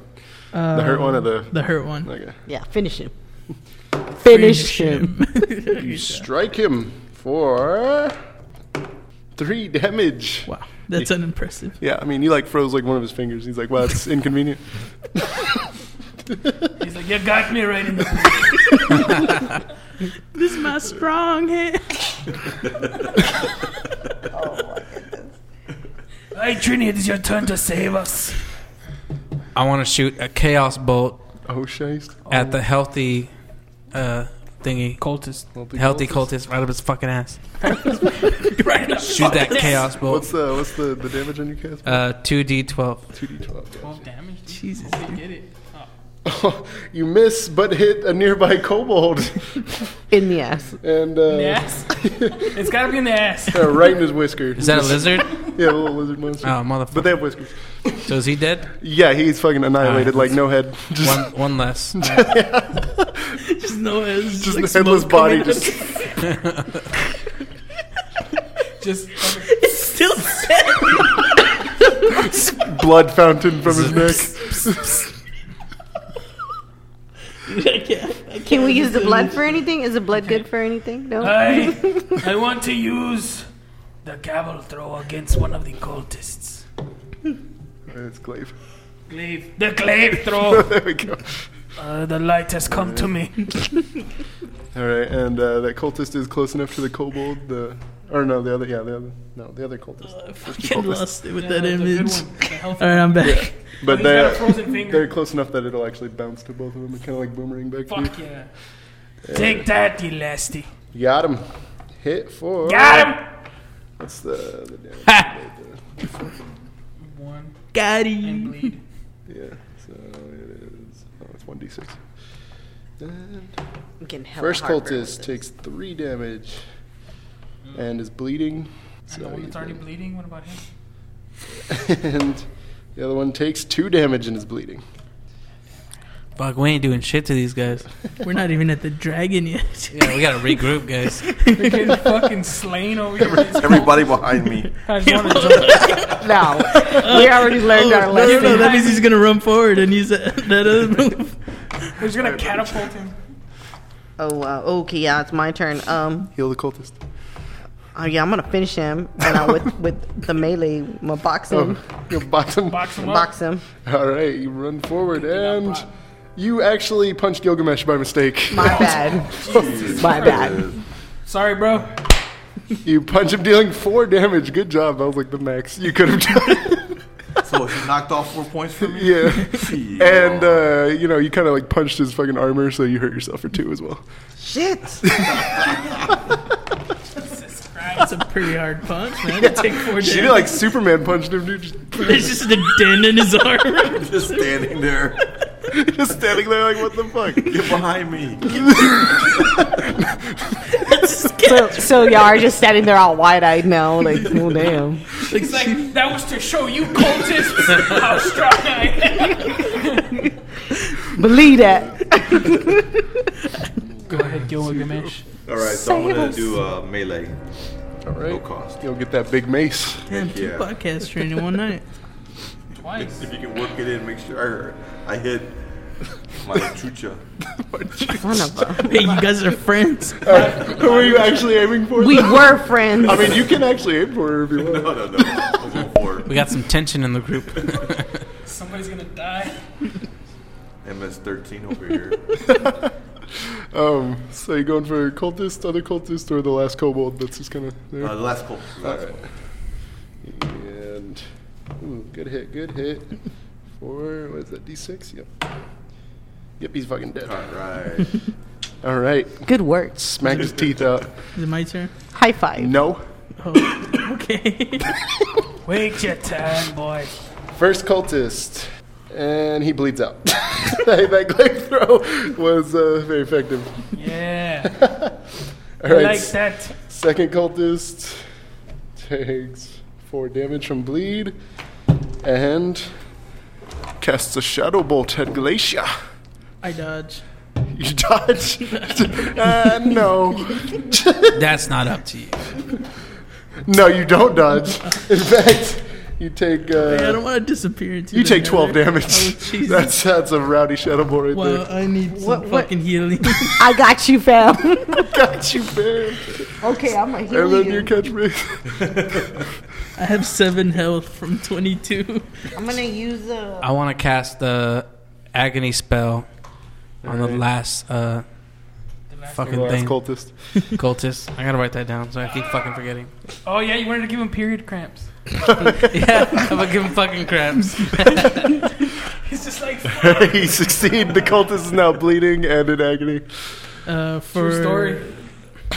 Speaker 5: Uh,
Speaker 4: The hurt one or the?
Speaker 5: The hurt one.
Speaker 4: Okay.
Speaker 1: Yeah, finish him. Finish him.
Speaker 4: You strike him for three damage.
Speaker 5: Wow, that's unimpressive.
Speaker 4: Yeah, I mean, he like froze like one of his fingers. He's like, "Wow, that's inconvenient."
Speaker 3: He's like, you got me right in the
Speaker 5: This is my strong hand.
Speaker 3: Hey Trini, it is your turn to save us.
Speaker 2: I want to shoot a chaos bolt
Speaker 4: Oh, shiest.
Speaker 2: at the healthy uh, thingy,
Speaker 3: Cultist.
Speaker 2: healthy cultist right up his fucking ass.
Speaker 3: Right up.
Speaker 2: Shoot that chaos
Speaker 4: What's
Speaker 2: bolt.
Speaker 4: the what's the, the damage on your cast?
Speaker 2: Uh, two D twelve.
Speaker 4: Two d twelve.
Speaker 3: 12 damage. dude.
Speaker 5: Jesus.
Speaker 3: They get it.
Speaker 4: Oh, You miss, but hit a nearby kobold,
Speaker 1: in the ass.
Speaker 4: and uh,
Speaker 3: In the ass? it's gotta be in the ass.
Speaker 4: uh, right in his whisker.
Speaker 2: Is that a lizard?
Speaker 4: yeah, a little lizard monster.
Speaker 2: Oh
Speaker 4: But
Speaker 2: motherfucker!
Speaker 4: they have whiskers.
Speaker 2: So is he dead?
Speaker 4: Yeah, he's fucking annihilated,
Speaker 2: Alright.
Speaker 4: like no head, just
Speaker 2: One one less.
Speaker 5: Just no it's
Speaker 4: just
Speaker 5: like
Speaker 4: the headless
Speaker 5: smoke
Speaker 4: body.
Speaker 5: coming out of
Speaker 4: Just
Speaker 3: Just
Speaker 5: it. still set.
Speaker 4: blood fountain from his neck.
Speaker 5: I can't. I can't
Speaker 1: Can we use the
Speaker 5: do
Speaker 1: blood
Speaker 5: this.
Speaker 1: for anything? Is the blood good for anything? No.
Speaker 3: I I want to use the gavel throw against one of the cultists.
Speaker 4: It's glaive.
Speaker 3: Glaive. The glaive throw.
Speaker 4: There we go.
Speaker 3: Uh, the light has come to me.
Speaker 4: All right, and uh, that cultist is close enough to the kobold. The or no, the other. Yeah, the other. No, the other cultist.
Speaker 3: Uh,
Speaker 5: I
Speaker 4: be
Speaker 5: fucking
Speaker 4: focused.
Speaker 5: lost it with
Speaker 3: Yeah,
Speaker 5: that
Speaker 3: that's a good
Speaker 5: image.
Speaker 3: one. The health-
Speaker 5: All right, I'm back.
Speaker 4: But
Speaker 3: He's got a
Speaker 4: they
Speaker 3: frozen finger.
Speaker 4: they're close enough that it'll actually bounce to both of them and kind of like boomerang back. to you.
Speaker 3: Fuck yeah. Take that, Elasti.
Speaker 4: You Got him. Hit for.
Speaker 3: Got him!
Speaker 4: What's the, the damage?
Speaker 5: Ha!
Speaker 3: One
Speaker 5: Got
Speaker 3: and
Speaker 5: him.
Speaker 3: bleed.
Speaker 4: Yeah, so it is. Oh, it's 1d6. And
Speaker 1: I'm getting hella
Speaker 4: first
Speaker 1: heartburn with this.
Speaker 4: cultist takes 3 damage and is bleeding.
Speaker 3: And the
Speaker 4: So
Speaker 3: one that's
Speaker 4: he's
Speaker 3: already
Speaker 4: dead.
Speaker 3: bleeding, what about him?
Speaker 4: and the other one takes 2 damage and is bleeding.
Speaker 2: Fuck, we ain't doing shit to these guys.
Speaker 5: We're not even at the dragon yet.
Speaker 2: Yeah, we gotta regroup, guys.
Speaker 3: You're getting fucking slain over here.
Speaker 6: Everybody behind me.
Speaker 3: I just wanna jump.
Speaker 1: No, we already learned our
Speaker 5: Oh, no,
Speaker 1: lesson.
Speaker 5: no, that means he's gonna run forward and use that, that other move.
Speaker 3: We're just gonna catapult him.
Speaker 1: Oh wow. Okay, yeah, it's my turn. Um,
Speaker 4: Heal the cultist.
Speaker 1: oh, yeah, I'm gonna finish him, and I with with the melee, my boxing,
Speaker 4: Oh, you box him.
Speaker 3: Box him up.
Speaker 1: box him.
Speaker 4: All right, you run forward and you actually punch Gilgamesh by mistake.
Speaker 1: My bad. my bad.
Speaker 3: Sorry, bro.
Speaker 4: You punch him, dealing 4 damage. Good job. That was like the max you could have done.
Speaker 6: So So she knocked off four points for me.
Speaker 4: Yeah.
Speaker 6: Yeah.
Speaker 4: And uh, you know, you kind of like punched his fucking armor, so you hurt yourself for two as well.
Speaker 1: Shit.
Speaker 5: That's a pretty hard punch, man. It'd Take four
Speaker 4: She did
Speaker 5: damage.
Speaker 4: like Superman punched him, dude. Just,
Speaker 5: There's just a dent in his arm.
Speaker 6: just standing there.
Speaker 4: just standing there, like, what the fuck?
Speaker 6: Get behind me.
Speaker 1: So, so y'all are just standing there all wide eyed now, like, oh damn.
Speaker 3: It's like that was to show you cultists how strong I am.
Speaker 1: Believe that.
Speaker 3: Go ahead, Gil Gilgamesh.
Speaker 6: All right, so I'm
Speaker 1: Save
Speaker 6: gonna
Speaker 1: us.
Speaker 6: do uh, melee.
Speaker 4: All right.
Speaker 6: No cost.
Speaker 4: You'll get that big mace.
Speaker 5: Damn, two
Speaker 6: Yeah.
Speaker 5: podcasts training one night.
Speaker 3: Twice.
Speaker 6: If you can work it in, make sure I, I hit my chucha.
Speaker 1: Son of a-
Speaker 5: Hey, you guys are friends.
Speaker 4: Who are you actually aiming for?
Speaker 1: We were friends.
Speaker 4: I mean, you can actually aim for her if you want.
Speaker 6: No, no, no. I'm going for
Speaker 2: We
Speaker 6: it.
Speaker 2: got some tension in the group.
Speaker 3: Somebody's gonna die.
Speaker 6: MS13 over here.
Speaker 4: Um, so you going for cultist, other cultist, or the last kobold that's just kind of there?
Speaker 6: Uh, the last call. The last
Speaker 4: All
Speaker 6: call.
Speaker 4: And ooh, good hit, good hit. Four, what is that? D six. Yep. Yep, he's fucking dead.
Speaker 6: All right.
Speaker 4: All right,
Speaker 1: Good words.
Speaker 4: smacked his teeth out.
Speaker 5: Is it my turn?
Speaker 1: High five.
Speaker 4: No.
Speaker 5: Okay.
Speaker 3: Wait your time, boy.
Speaker 4: First cultist, and he bleeds out. that, that glaive throw was uh, very effective.
Speaker 3: Yeah,
Speaker 4: All right,
Speaker 3: like
Speaker 4: s-
Speaker 3: that.
Speaker 4: second cultist takes four damage from bleed, and casts a shadow bolt at Glacia.
Speaker 5: I dodge.
Speaker 4: You dodge? uh, no.
Speaker 2: That's not up to you.
Speaker 4: No, you don't dodge. In fact, you take
Speaker 5: Hey, I don't
Speaker 4: uh,
Speaker 5: want to disappear into
Speaker 4: you
Speaker 5: the
Speaker 4: take twelve
Speaker 5: nether.
Speaker 4: damage.
Speaker 5: Oh, Jesus.
Speaker 4: that's that's a rowdy shadow ball right
Speaker 5: Well,
Speaker 4: there.
Speaker 5: I need some
Speaker 1: What- what-
Speaker 5: fucking healing.
Speaker 1: I got you, fam.
Speaker 5: uh,
Speaker 4: Got you, man.
Speaker 1: okay, I'm a
Speaker 4: And
Speaker 1: healer.
Speaker 4: then your catchphrase.
Speaker 5: I have seven health from 22.
Speaker 1: I'm gonna use a.
Speaker 2: I want to cast the agony spell on the last uh, fucking
Speaker 4: Last
Speaker 2: thing.
Speaker 4: cultist.
Speaker 2: Cultist. I gotta write that down so I keep fucking forgetting.
Speaker 3: Oh yeah, you wanted to give him period cramps.
Speaker 2: yeah, I'm gonna give him fucking cramps.
Speaker 3: He's just like
Speaker 4: he succeeded. The cultist is now bleeding and in agony.
Speaker 5: Uh, for
Speaker 3: true story.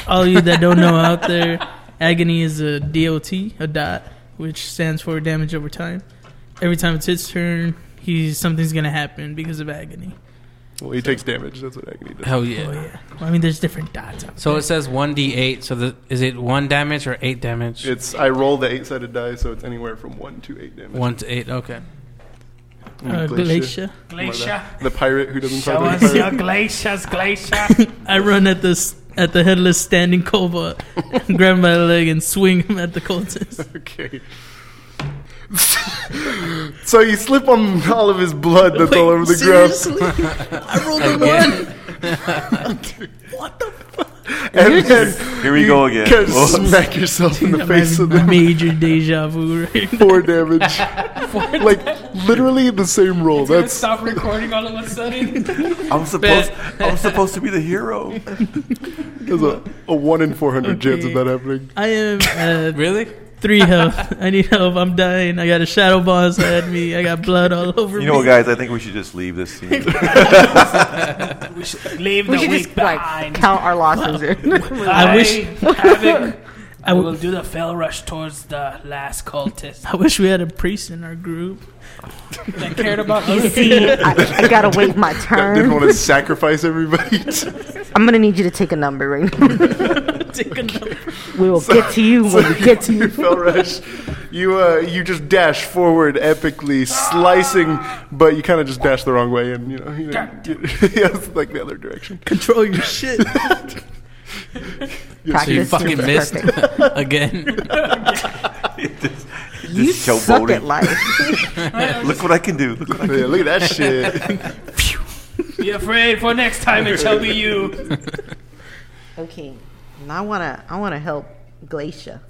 Speaker 5: all you that don't know out there, agony is a DOT, a dot, which stands for damage over time. Every time it's his turn, he's something's gonna happen because of agony.
Speaker 4: Well, he takes damage. That's what agony does.
Speaker 2: Hell
Speaker 5: Oh
Speaker 2: yeah.
Speaker 5: yeah. Well, I mean, there's different dots. Out
Speaker 2: So
Speaker 5: there.
Speaker 2: it says 1d8. So the, is it 1 damage or 8 damage?
Speaker 4: It's I roll the eight-sided die, so it's anywhere from one to eight damage.
Speaker 2: 1 to 8. Okay.
Speaker 5: uh, Glacia.
Speaker 3: glacier.
Speaker 4: The pirate who doesn't
Speaker 3: Show
Speaker 4: fight
Speaker 3: us
Speaker 4: the
Speaker 3: your
Speaker 4: pirate.
Speaker 3: glaciers, glacier.
Speaker 5: I run at this at the headless standing cobra, grab my leg and swing him at the cultist.
Speaker 4: Okay. so you slip on all of his blood that's all over the ground.
Speaker 5: I rolled a one. what the fuck?
Speaker 4: And then
Speaker 6: Here we
Speaker 4: you
Speaker 6: go again.
Speaker 4: Kind of
Speaker 6: Well,
Speaker 4: smack yourself in the
Speaker 5: I'm
Speaker 4: face with
Speaker 5: having
Speaker 4: the
Speaker 5: major deja vu right now.
Speaker 4: four damage. like literally the same roll.
Speaker 3: Let's
Speaker 4: That's
Speaker 3: stop recording all of a sudden.
Speaker 6: I'm supposed. I'm supposed to be the hero.
Speaker 4: that's a, a one in four hundred chance of
Speaker 5: Okay.
Speaker 4: that happening.
Speaker 5: I am uh,
Speaker 2: Really?
Speaker 5: three health. I need help. I'm dying. I got a shadow ball inside me. I got blood all over
Speaker 6: You know what,
Speaker 5: me.
Speaker 6: guys? I think we should just leave this scene.
Speaker 3: We should leave
Speaker 1: we
Speaker 3: the
Speaker 1: should
Speaker 3: weak
Speaker 1: just like
Speaker 3: behind.
Speaker 1: count our losses. here.
Speaker 5: I wish-
Speaker 3: Havoc. I
Speaker 5: w-
Speaker 3: will do the fell rush towards the last cultist
Speaker 5: I wish we had a priest in our group.
Speaker 3: that cared about
Speaker 1: you
Speaker 3: us.
Speaker 1: see, I, I gotta wait my
Speaker 4: Didn't
Speaker 1: turn.
Speaker 4: want to sacrifice everybody.
Speaker 1: I'm gonna need you to take a number right now.
Speaker 5: Take a number.
Speaker 1: We will get to you when we get to
Speaker 4: you
Speaker 1: you.
Speaker 4: fell rush. You uh, you just dash forward epically, slicing, but you kind of just dash the wrong way, and you know, you know
Speaker 3: God
Speaker 4: yeah, it's like the other direction.
Speaker 5: Control your shit.
Speaker 2: So you
Speaker 1: Practice
Speaker 2: fucking
Speaker 1: makes
Speaker 2: missed
Speaker 1: perfect.
Speaker 2: again.
Speaker 6: Just-
Speaker 1: You
Speaker 6: just showboating.
Speaker 1: suck at life.
Speaker 6: Look what I can do. Look what I can
Speaker 4: Yeah, look at that shit.
Speaker 3: Be afraid for next time it shall be you.
Speaker 1: Okay, and I wanna I wanna help Glacia.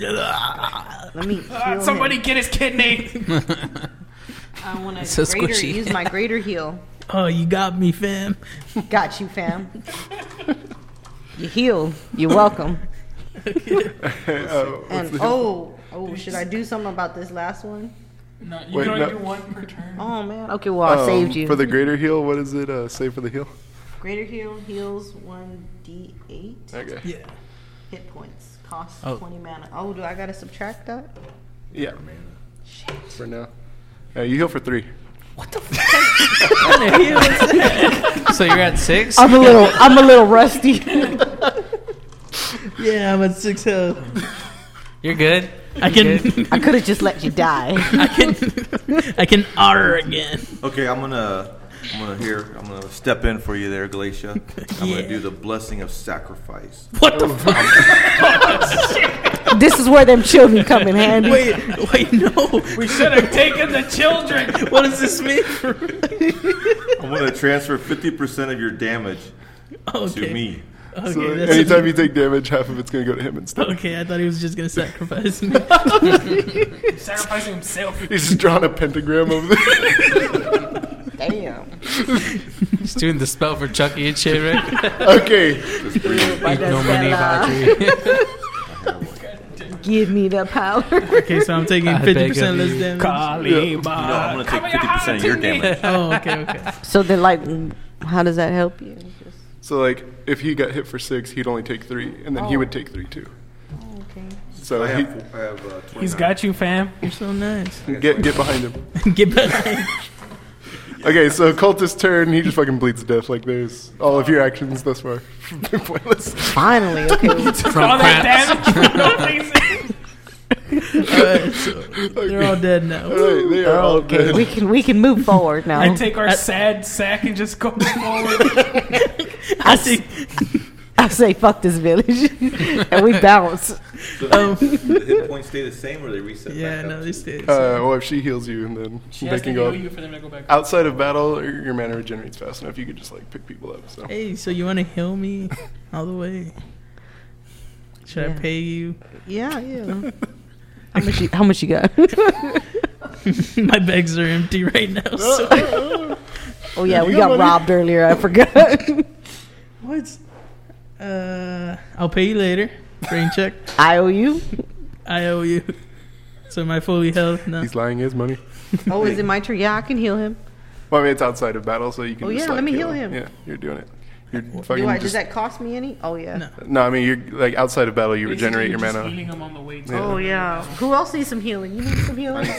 Speaker 1: Let me heal
Speaker 3: Ah,
Speaker 1: him.
Speaker 3: Somebody get his kidney.
Speaker 1: I wanna
Speaker 2: So
Speaker 1: greater,
Speaker 2: squishy.
Speaker 1: use my greater heal.
Speaker 5: Oh, you got me, fam.
Speaker 1: Got you, fam. You heal. You're welcome.
Speaker 4: Uh,
Speaker 1: oh, And oh, oh, should I do something about this last one?
Speaker 3: No, you
Speaker 4: Wait,
Speaker 3: can only
Speaker 4: no.
Speaker 3: do one per turn.
Speaker 1: Oh man. Okay, well I saved
Speaker 4: Um,
Speaker 1: you.
Speaker 4: For the greater heal, what is it? Uh, save for the heal.
Speaker 1: Greater heal heals one d eight
Speaker 4: Okay.
Speaker 5: Yeah.
Speaker 1: hit points. Costs
Speaker 2: Oh.
Speaker 1: twenty mana. Oh, do I gotta subtract that?
Speaker 4: Yeah. For now. Uh, you heal for three.
Speaker 2: so you're at six.
Speaker 1: I'm a little I'm a little rusty.
Speaker 5: Yeah, I'm at six health.
Speaker 2: You're good.
Speaker 5: I can,
Speaker 1: I could have just let you die.
Speaker 5: I can, I can R again.
Speaker 6: Okay, I'm gonna, I'm gonna here, I'm gonna step in for you there, Glacia. I'm
Speaker 5: Yeah.
Speaker 6: gonna do the blessing of sacrifice.
Speaker 5: What
Speaker 2: Oh
Speaker 5: the fuck?
Speaker 1: this is where them children come in handy.
Speaker 5: Wait, wait, no.
Speaker 3: We should have taken the children.
Speaker 5: What does this mean? For
Speaker 6: I'm gonna transfer 50% of your damage
Speaker 5: okay.
Speaker 6: to me.
Speaker 5: Okay,
Speaker 4: So
Speaker 5: that's
Speaker 4: anytime you take damage, half of it's gonna go to him instead.
Speaker 5: okay. I thought he was just gonna sacrifice me.
Speaker 3: Sacrificing himself.
Speaker 4: He's just drawing a pentagram over there.
Speaker 1: Damn.
Speaker 2: He's doing the spell for Chucky and shit, right?
Speaker 4: okay.
Speaker 6: Just breathe.
Speaker 2: Ignominy Vadri.
Speaker 1: Give me the power.
Speaker 5: okay, so I'm taking
Speaker 2: I
Speaker 5: fifty
Speaker 2: beg
Speaker 5: percent
Speaker 2: of
Speaker 5: less
Speaker 2: you.
Speaker 5: damage.
Speaker 3: Kalima.
Speaker 6: No, I'm gonna take 50% of your damage.
Speaker 5: Oh, okay, okay.
Speaker 1: so then, like, how does that help you? Just,
Speaker 4: So like, if he got hit for six, he'd only take three, and then he
Speaker 1: Oh.
Speaker 4: would take three too.
Speaker 1: okay.
Speaker 4: So
Speaker 6: I
Speaker 4: he,
Speaker 6: have, I have uh, 29.
Speaker 3: He's got you, fam.
Speaker 5: You're so nice.
Speaker 4: get get behind him.
Speaker 5: Get behind.
Speaker 4: Okay, so cultist turn. He just fucking bleeds to death. Like there's all of your actions thus far have been pointless.
Speaker 1: Finally, okay.
Speaker 2: From
Speaker 3: All that
Speaker 2: craps.
Speaker 3: damage. for no reason.
Speaker 5: Alright, so they're all dead
Speaker 4: All
Speaker 5: now.
Speaker 4: right, they are all dead.
Speaker 1: we can we can move forward now.
Speaker 3: I
Speaker 1: I,
Speaker 3: take our sad sack and just go forward.
Speaker 5: I see.
Speaker 1: say fuck this village, and we bounce.
Speaker 5: Um,
Speaker 6: The hit points stay the same or they reset
Speaker 5: yeah,
Speaker 6: back
Speaker 5: no,
Speaker 6: up?
Speaker 5: they stayed.
Speaker 4: Uh, well, if she heals you, and then they can go.
Speaker 3: for them to go back.
Speaker 4: Outside of battle, er, your your mana regenerates fast enough. You could just like pick people up. So
Speaker 5: hey, so you want to heal me all the way? Should I
Speaker 1: Yeah.
Speaker 5: pay you?
Speaker 1: Yeah, yeah. How much? You, how much you got?
Speaker 5: My bags are empty right now. So.
Speaker 1: oh yeah,
Speaker 4: You
Speaker 1: we got
Speaker 4: got money?
Speaker 1: robbed earlier. I forgot.
Speaker 5: What? Uh, I'll pay you later. Brain check.
Speaker 1: I owe you.
Speaker 5: I owe you. So my fully health now.
Speaker 4: he's lying his money.
Speaker 1: Oh, is it my turn? Yeah, I can heal him.
Speaker 4: Well, I mean, it's outside of battle, so you can.
Speaker 1: Oh,
Speaker 4: just,
Speaker 1: yeah,
Speaker 4: like,
Speaker 1: let me heal him.
Speaker 4: Yeah, you're doing it. You're fucking.
Speaker 1: Do I, does
Speaker 4: just,
Speaker 1: that cost me any? Oh yeah.
Speaker 5: No.
Speaker 4: no, I mean, you're like outside of battle, you regenerate your
Speaker 3: Just
Speaker 4: mana.
Speaker 3: healing him on the way to-
Speaker 4: Yeah.
Speaker 1: Oh yeah. Who else needs some healing? You need some healing.
Speaker 6: Heal.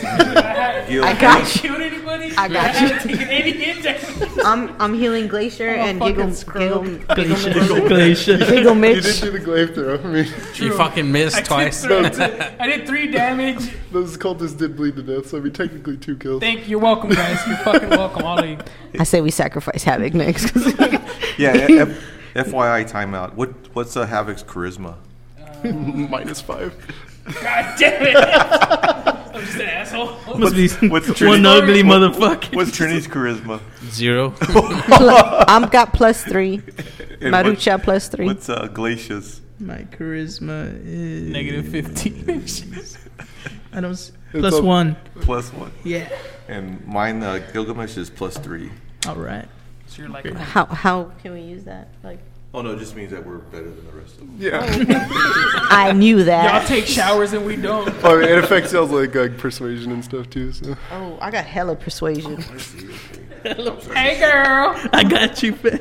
Speaker 1: I got you.
Speaker 3: Shoot anybody?
Speaker 1: I got you.
Speaker 3: haven't taken any hit damage.
Speaker 1: I'm I'm healing Glacier and
Speaker 5: fucking
Speaker 1: Giggle Giggle
Speaker 5: scrub.
Speaker 1: Giggle
Speaker 5: Glacier. Glacier.
Speaker 1: Giggle
Speaker 4: You did
Speaker 1: Mitch.
Speaker 4: do the glaive throw. I mean,
Speaker 2: You fucking missed
Speaker 3: I
Speaker 2: twice.
Speaker 3: Did three, I did three damage.
Speaker 4: those cultists did bleed to death, so I mean, technically two kills.
Speaker 3: Thank you. You're welcome, guys. You're fucking welcome, all of you.
Speaker 1: I say we sacrifice Havoc next.
Speaker 6: Yeah, F- FYI timeout. What, what's uh, Havoc's charisma?
Speaker 4: Minus five.
Speaker 3: God damn it. I'm just an asshole.
Speaker 5: Must be
Speaker 6: what's
Speaker 5: one
Speaker 6: Trinity's-
Speaker 5: ugly motherfucker.
Speaker 6: What's Trinity's charisma?
Speaker 2: Zero.
Speaker 1: I'm got plus three.
Speaker 6: And what-
Speaker 1: Marucha plus three.
Speaker 6: What's uh, Glacia's?
Speaker 5: My charisma is
Speaker 3: Negative 15.
Speaker 5: I don't s-
Speaker 4: It's
Speaker 5: plus
Speaker 4: up.
Speaker 5: one.
Speaker 6: Plus one.
Speaker 5: Yeah.
Speaker 6: And mine, uh, Gilgamesh, is plus three.
Speaker 5: All right.
Speaker 3: So you're like,
Speaker 1: How how can we use that? Like
Speaker 6: Oh, no, it just means that we're better than the rest of them.
Speaker 4: Yeah.
Speaker 1: I knew
Speaker 3: y'all
Speaker 1: that.
Speaker 3: take showers and we don't.
Speaker 4: I mean, it affects y'all's like, like persuasion and stuff too. So
Speaker 1: Oh, I got hella persuasion.
Speaker 3: Hey, girl.
Speaker 5: I got you, fam.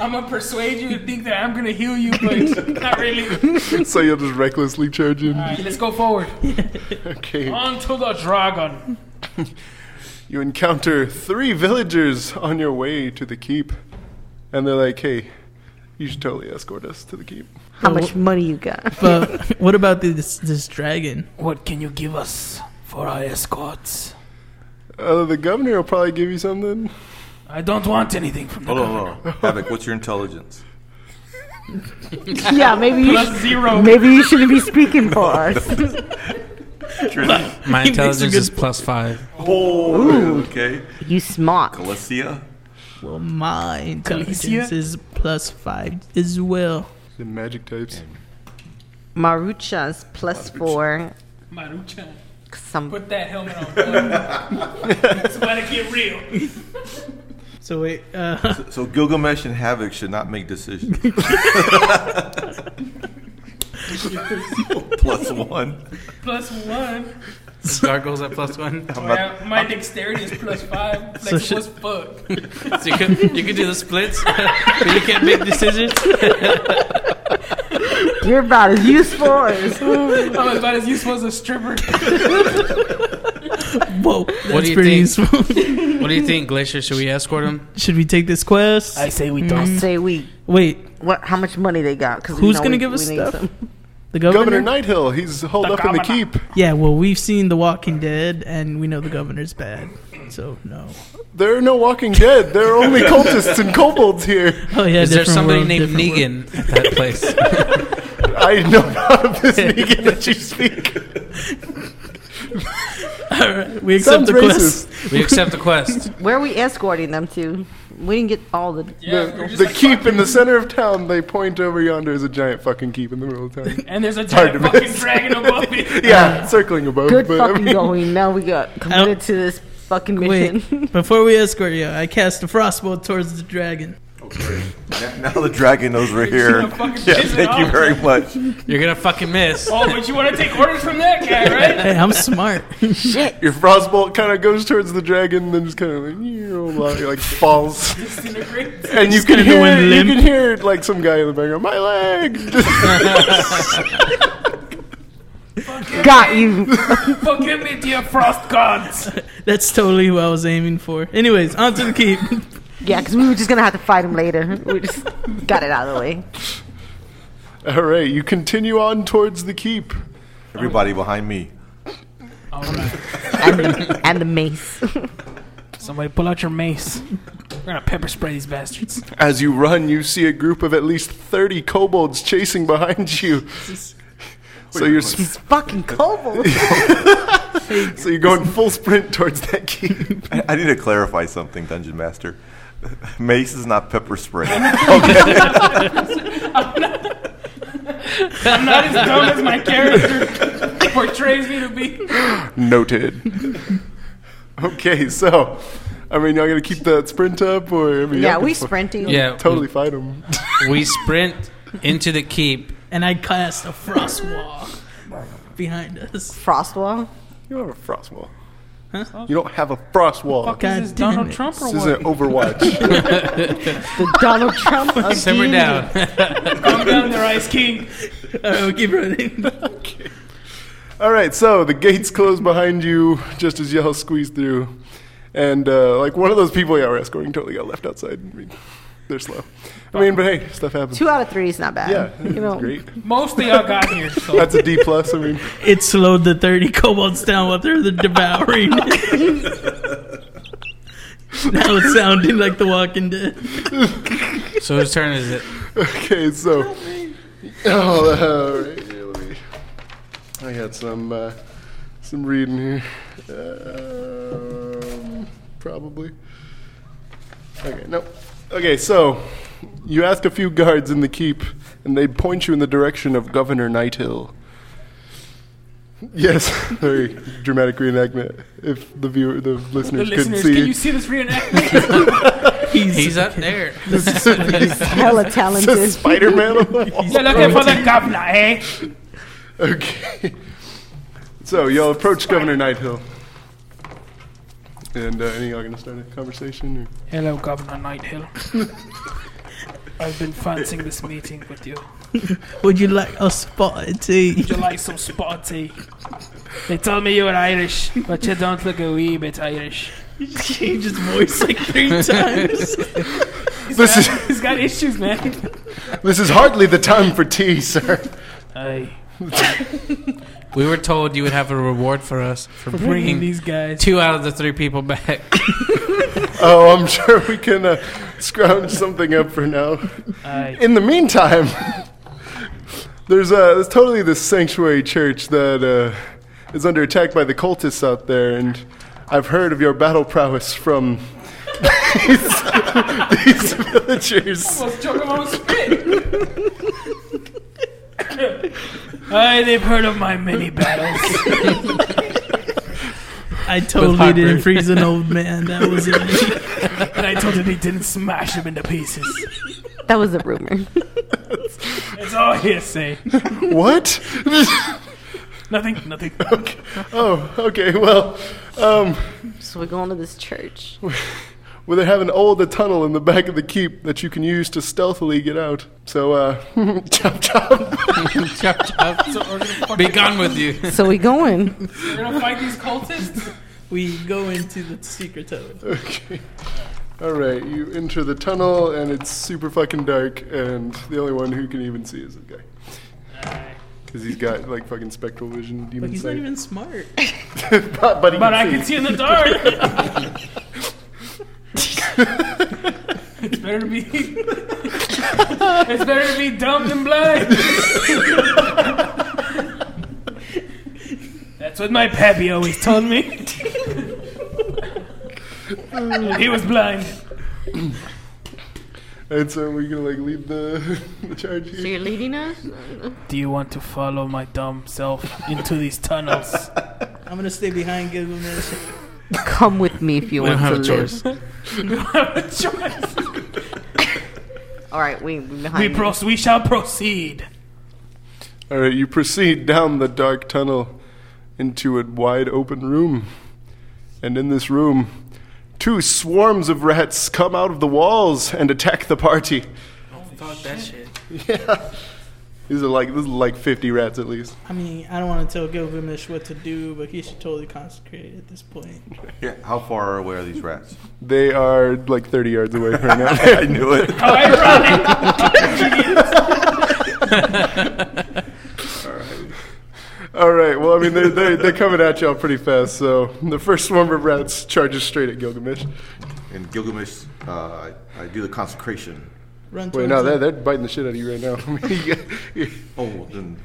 Speaker 3: I'm gonna persuade you to think that I'm gonna heal you, but not really.
Speaker 4: so you'll just recklessly charge in.
Speaker 3: Alright, let's go forward.
Speaker 4: Okay.
Speaker 3: On to the dragon.
Speaker 4: You encounter three villagers on your way to the keep, and they're like, "Hey, you should totally escort us to the keep."
Speaker 1: How much money you got?
Speaker 5: but what about the, this this dragon?
Speaker 3: What can you give us for our escorts?
Speaker 4: Uh, the governor will probably give you something.
Speaker 3: I don't want anything from the
Speaker 6: Hold on, hold on. Havoc, what's your intelligence?
Speaker 1: yeah, maybe you
Speaker 3: Plus
Speaker 1: sh-
Speaker 3: zero.
Speaker 1: maybe you shouldn't be speaking for us.
Speaker 2: My
Speaker 5: He makes a
Speaker 2: intelligence
Speaker 5: good
Speaker 2: is plus five.
Speaker 6: Oh, okay.
Speaker 1: you smart.
Speaker 6: Galicia?
Speaker 5: Well, my intelligence
Speaker 3: Galicia?
Speaker 5: is plus five as well.
Speaker 4: The magic types.
Speaker 1: Marucha's plus four.
Speaker 3: Maruchan.
Speaker 1: Some
Speaker 3: Put that helmet on. bud. Somebody get real.
Speaker 5: So wait, uh,
Speaker 6: So Gilgamesh and Havoc should not make decisions. Plus one.
Speaker 3: Plus one.
Speaker 2: Gargoyles at plus one.
Speaker 3: My, my dexterity is plus five. Flexible
Speaker 5: So she-
Speaker 3: as fuck.
Speaker 2: So you could you could do the splits, but you can't make decisions.
Speaker 1: You're about as useful as
Speaker 3: I'm about as useful as a stripper.
Speaker 5: Whoa, that's
Speaker 2: What do you
Speaker 5: pretty
Speaker 2: think?
Speaker 5: useful.
Speaker 2: What do you think, Glacier? Should we escort him?
Speaker 5: Should we take this quest?
Speaker 7: say we don't.
Speaker 1: say we.
Speaker 5: Wait,
Speaker 1: What? How much money they got? Because
Speaker 5: Who's gonna give us stuff? the governor?
Speaker 4: Governor Nighthill, he's holed
Speaker 7: The
Speaker 4: up in the
Speaker 7: governor.
Speaker 4: keep.
Speaker 5: Yeah, well, we've seen The Walking Dead, and we know the governor's bad. So no.
Speaker 4: There are no Walking Dead. There are only cultists and kobolds here.
Speaker 5: Oh yeah,
Speaker 2: Is there
Speaker 5: different
Speaker 2: somebody
Speaker 5: world,
Speaker 2: named
Speaker 5: different world.
Speaker 2: Negan at that place?
Speaker 4: I know not of this Negan that you speak.
Speaker 5: All right, we accept
Speaker 4: Sounds
Speaker 5: the quest.
Speaker 4: racist.
Speaker 2: we accept the quest.
Speaker 1: Where are we escorting them to? We didn't get all the.
Speaker 4: The, the keep in the center of town, they point over yonder is a giant fucking keep in the middle of town.
Speaker 3: And there's a
Speaker 4: hard
Speaker 3: giant
Speaker 4: to
Speaker 3: fucking
Speaker 4: miss.
Speaker 3: dragon above me.
Speaker 4: Yeah, circling above.
Speaker 1: Good
Speaker 4: but, I
Speaker 1: fucking
Speaker 4: mean-
Speaker 1: going. Now we got committed to this fucking mission.
Speaker 5: Wait, before we escort you, I cast a frostbolt towards the dragon.
Speaker 6: Now the dragon knows we're here.
Speaker 3: gonna fucking
Speaker 6: Yeah,
Speaker 3: piss it
Speaker 6: thank you
Speaker 3: off.
Speaker 6: very much.
Speaker 2: You're gonna fucking miss.
Speaker 3: Oh, but you want to take orders from that guy, right?
Speaker 5: Hey, I'm smart.
Speaker 4: Your frostbolt kind of goes towards the dragon, then just kind of like, you know, like, like falls,
Speaker 3: Disintegrate.
Speaker 4: and you can
Speaker 5: kinda
Speaker 4: hear
Speaker 5: went
Speaker 4: you
Speaker 5: limp.
Speaker 4: can hear like some guy in the background, my leg.
Speaker 1: got you.
Speaker 3: Forgive me, dear frost gods.
Speaker 5: That's totally who I was aiming for. Anyways, on to the keep.
Speaker 1: Yeah, because we were just gonna have to fight him later. We just got it out of the way.
Speaker 4: All right, you continue on towards the keep.
Speaker 6: Everybody behind me.
Speaker 3: All right.
Speaker 1: And the, and the mace.
Speaker 3: Somebody pull out your mace. We're gonna pepper spray these bastards.
Speaker 4: As you run, you see a group of at least thirty kobolds chasing behind you. So you're s-
Speaker 1: These fucking kobolds.
Speaker 4: so you're going full sprint towards that keep.
Speaker 6: I I need to clarify something, Dungeon Master. Mace is not pepper spray.
Speaker 3: I'm not as dumb as my character portrays me to be.
Speaker 4: Noted. Okay, so I mean, y'all gonna keep that sprint up, or I mean,
Speaker 1: Yeah,
Speaker 4: y'all
Speaker 1: we
Speaker 4: can fu-
Speaker 1: sprinting.
Speaker 2: Yeah,
Speaker 4: totally fight them.
Speaker 2: We sprint into the keep.
Speaker 5: and I cast a frostwall behind us.
Speaker 1: Frostwall.
Speaker 4: You don't have a frost wall. You don't have a frost wall.
Speaker 3: Fuck is
Speaker 5: God
Speaker 3: this
Speaker 5: damn
Speaker 3: Donald
Speaker 5: it.
Speaker 3: Trump or
Speaker 4: This
Speaker 3: what?
Speaker 4: isn't Overwatch.
Speaker 1: The Donald Trump. of
Speaker 2: Simmer
Speaker 1: D&D.
Speaker 2: down.
Speaker 3: Calm down there, Ice King.
Speaker 5: All right, we'll keep running.
Speaker 4: All right, so the gates close behind you just as y'all squeeze through. And uh, like one of those people y'all were escorting totally got left outside. I mean, they're slow. I mean, but hey, stuff happens.
Speaker 1: Two out of three is not bad.
Speaker 4: Yeah,
Speaker 1: you know.
Speaker 4: that's great.
Speaker 3: Mostly I got here, so
Speaker 4: That's a D plus. I mean,
Speaker 5: It slowed the 30 kobolds down while they're devouring. now it's sounding like The Walking Dead.
Speaker 2: So whose turn is it?
Speaker 4: okay, so. Oh, all right. Here, let me. I got some uh, some reading here. Um, probably. Okay, nope. Okay, so you ask a few guards in the keep, and they point you in the direction of Governor Nighthill. Yes, very dramatic reenactment. If the viewer, the
Speaker 3: the
Speaker 4: listeners, couldn't
Speaker 3: listeners,
Speaker 4: see,
Speaker 3: can you see this reenactment?
Speaker 5: He's,
Speaker 2: He's up there.
Speaker 1: Hella talented.
Speaker 4: Spider-Man on the wall.
Speaker 3: You're looking for the governor, eh?
Speaker 4: Okay. So y'all approach Governor Nighthill. And uh, any y'all gonna start a conversation? Or?
Speaker 3: Hello, Governor Nighthill. I've been fancying this meeting with you.
Speaker 5: Would you like a spot of tea?
Speaker 3: Would you like some spotty? They tell me you're Irish, but you don't look a wee bit Irish.
Speaker 5: Change his voice like three times.
Speaker 4: This is
Speaker 3: He's got issues, man.
Speaker 4: this is hardly the time for tea, sir.
Speaker 3: Aye.
Speaker 2: We were told you would have a reward for us for
Speaker 3: Bringing
Speaker 2: bringing
Speaker 3: these guys.
Speaker 2: two out of the three people back.
Speaker 4: Oh, I'm sure we can uh, scrounge something up for now.
Speaker 3: Aye.
Speaker 4: In the meantime, there's uh, there's totally this sanctuary church that uh, is under attack by the cultists out there, and I've heard of your battle prowess from these, these villagers.
Speaker 3: Let's choke him on spit. Aye, they've heard of my many battles.
Speaker 5: I totally
Speaker 2: heartbreak.
Speaker 5: didn't freeze an old man. That was it.
Speaker 3: and I told him he didn't smash him into pieces.
Speaker 1: That was a rumor.
Speaker 3: It's all hearsay.
Speaker 4: What?
Speaker 3: Nothing. Nothing.
Speaker 4: Okay. Oh, okay. Well, um,
Speaker 1: So we're going to this church.
Speaker 4: well, they have an old tunnel in the back of the keep that you can use to stealthily get out. So, uh, chop chop.
Speaker 2: chop, chop.
Speaker 3: So we're gonna, fuck-
Speaker 2: Be gone with you.
Speaker 1: So we going.
Speaker 3: we're gonna fight these cultists.
Speaker 5: We go into the secret tunnel.
Speaker 4: Okay. All right, you enter the tunnel, and it's super fucking dark, and the only one who can even see is this guy. Because he's got, like, fucking spectral vision,
Speaker 5: Like
Speaker 4: demon
Speaker 5: he's
Speaker 4: sight.
Speaker 5: not even smart.
Speaker 4: but, but he
Speaker 3: But I can see in the dark. it's better to be. it's better to be dumb than blind. That's what my pappy always told me. he was blind.
Speaker 4: And so we're gonna, like, leave the, the charge
Speaker 1: So
Speaker 4: here.
Speaker 1: you're leading us?
Speaker 3: Do you want to follow my dumb self into these tunnels?
Speaker 5: I'm gonna stay behind, give him that shit.
Speaker 1: Come with me if you
Speaker 2: We don't
Speaker 1: want
Speaker 2: have a
Speaker 1: to live.
Speaker 2: choice.
Speaker 3: we have a choice.
Speaker 1: All right, we we behind.
Speaker 3: We,
Speaker 1: you.
Speaker 3: pros- we shall proceed.
Speaker 4: All right, you proceed down the dark tunnel into a wide open room. And in this room, two swarms of rats come out of the walls and attack the party.
Speaker 3: Fuck that shit.
Speaker 4: Yeah. These are like, this is like 50 rats at least.
Speaker 5: I mean, I don't want to tell Gilgamesh what to do, but he should totally concentrate at this point.
Speaker 6: Yeah, how far away are these rats?
Speaker 4: They are like 30 yards away right now.
Speaker 6: I knew it.
Speaker 3: Oh, ironic.
Speaker 4: All right. Well, I mean, they're, they're, they're coming at y'all pretty fast. So the first swarm of rats charges straight at Gilgamesh.
Speaker 6: And Gilgamesh, uh, I, I do the consecration.
Speaker 5: Run
Speaker 4: Wait,
Speaker 5: towards
Speaker 4: no, they're,
Speaker 5: him.
Speaker 4: they're biting the shit out of you right now. Oh,
Speaker 6: Oh, then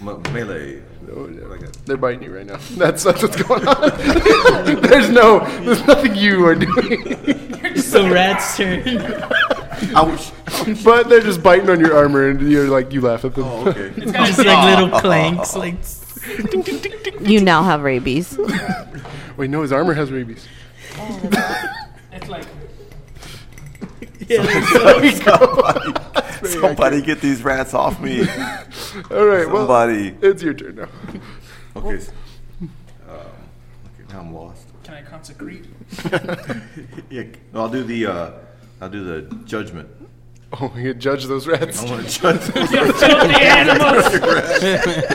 Speaker 6: me- melee. Like a-
Speaker 4: they're biting you right now. That's, that's what's going on. there's no, there's nothing you are doing.
Speaker 5: So rat's turn.
Speaker 6: Ouch.
Speaker 4: but they're just biting on your armor, and you're like, you laugh at them.
Speaker 6: Oh, okay.
Speaker 5: Just like little planks, like
Speaker 1: You now have rabies.
Speaker 4: Wait, no, his armor has rabies.
Speaker 3: it's like
Speaker 5: yeah,
Speaker 6: somebody, somebody get these rats off me.
Speaker 4: All right. Well,
Speaker 6: Somebody.
Speaker 4: it's your turn now.
Speaker 6: Okay. s- Um, okay, now I'm lost.
Speaker 3: Can I consecrate?
Speaker 6: Yeah, no, I'll do the uh, I'll do the judgment.
Speaker 4: Oh, you judge those rats.
Speaker 6: I want to judge.
Speaker 3: You filthy animals!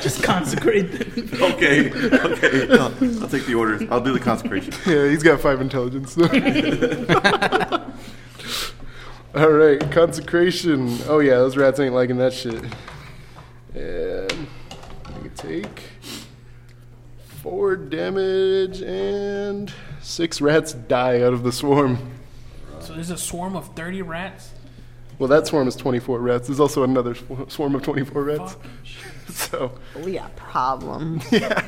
Speaker 5: just consecrate them.
Speaker 6: okay, okay. No, I'll take the orders. I'll do the consecration.
Speaker 4: Yeah, he's got five intelligence. All right, consecration. Oh yeah, those rats ain't liking that shit. And I can take four damage, and six rats die out of the swarm.
Speaker 3: So there's a swarm of 30 rats?
Speaker 4: Well, that swarm is 24 rats. There's also another sw- swarm of 24 rats.
Speaker 3: Fucking shit.
Speaker 4: So,
Speaker 1: We got problems.
Speaker 4: yeah.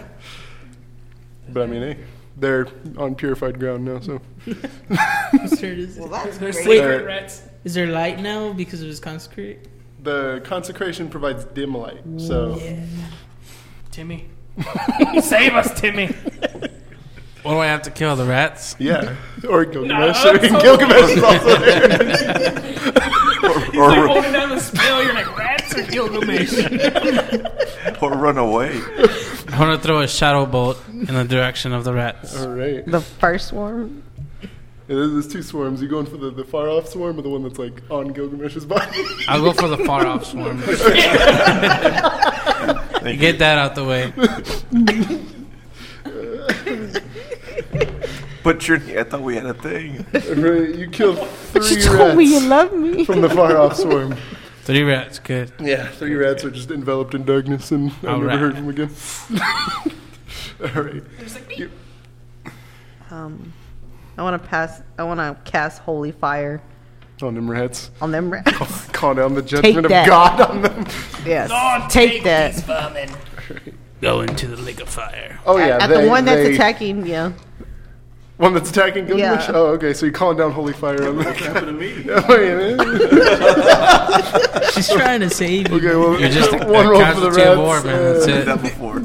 Speaker 4: But I mean, hey, they're on purified ground now, so.
Speaker 5: Whose turn is, it?
Speaker 3: There's
Speaker 5: Wait.
Speaker 3: sacred rats.
Speaker 5: Is there light now because of his consecrate?
Speaker 4: The consecration provides dim light, so.
Speaker 3: Timmy. Save us, Timmy.
Speaker 2: What do I have to kill? The rats?
Speaker 4: Yeah, or Gilgamesh.
Speaker 3: Nah, that's so-
Speaker 4: Gilgamesh is also there.
Speaker 3: He's like holding down the spell. You're like, rats or Gilgamesh?
Speaker 6: Or run away.
Speaker 2: I want to throw a shadow bolt in the direction of the rats.
Speaker 4: All right.
Speaker 1: The first swarm.
Speaker 4: Yeah, there's, there's two swarms. You going for the, the far off swarm or the one that's like on Gilgamesh's body?
Speaker 2: I'll go for the far off swarm. Get that out the way.
Speaker 6: But you're. I thought we had a thing.
Speaker 4: All right, you killed
Speaker 1: She
Speaker 4: three
Speaker 1: told me you
Speaker 4: rats
Speaker 1: love me.
Speaker 4: from the far off swarm.
Speaker 2: Three rats, good.
Speaker 4: Yeah, three rats are just enveloped in darkness, and I
Speaker 2: All
Speaker 4: never
Speaker 2: right.
Speaker 4: heard from again. All right. You-
Speaker 1: Um, I want to pass. I want to cast holy fire
Speaker 4: on Oh, them rats.
Speaker 1: on them rats.
Speaker 4: Call down the judgment of
Speaker 1: that.
Speaker 4: God on them.
Speaker 1: yes,
Speaker 3: Lord,
Speaker 1: take,
Speaker 3: Oh, take
Speaker 1: that.
Speaker 2: Go into the lake of fire.
Speaker 4: Oh yeah,
Speaker 1: At- at
Speaker 4: they-
Speaker 1: the one that's
Speaker 4: they-
Speaker 1: attacking you.
Speaker 4: One that's attacking Gilgamesh.
Speaker 1: Yeah.
Speaker 4: Oh, okay. So you're calling down holy fire on them.
Speaker 6: happened to me?
Speaker 4: Wait a minute.
Speaker 5: She's trying to save you.
Speaker 4: Okay, well,
Speaker 2: You're just a,
Speaker 4: one
Speaker 2: a
Speaker 4: roll for the
Speaker 2: casualty of war,
Speaker 4: rats.
Speaker 2: man. That's
Speaker 4: uh,
Speaker 2: it.
Speaker 6: That before.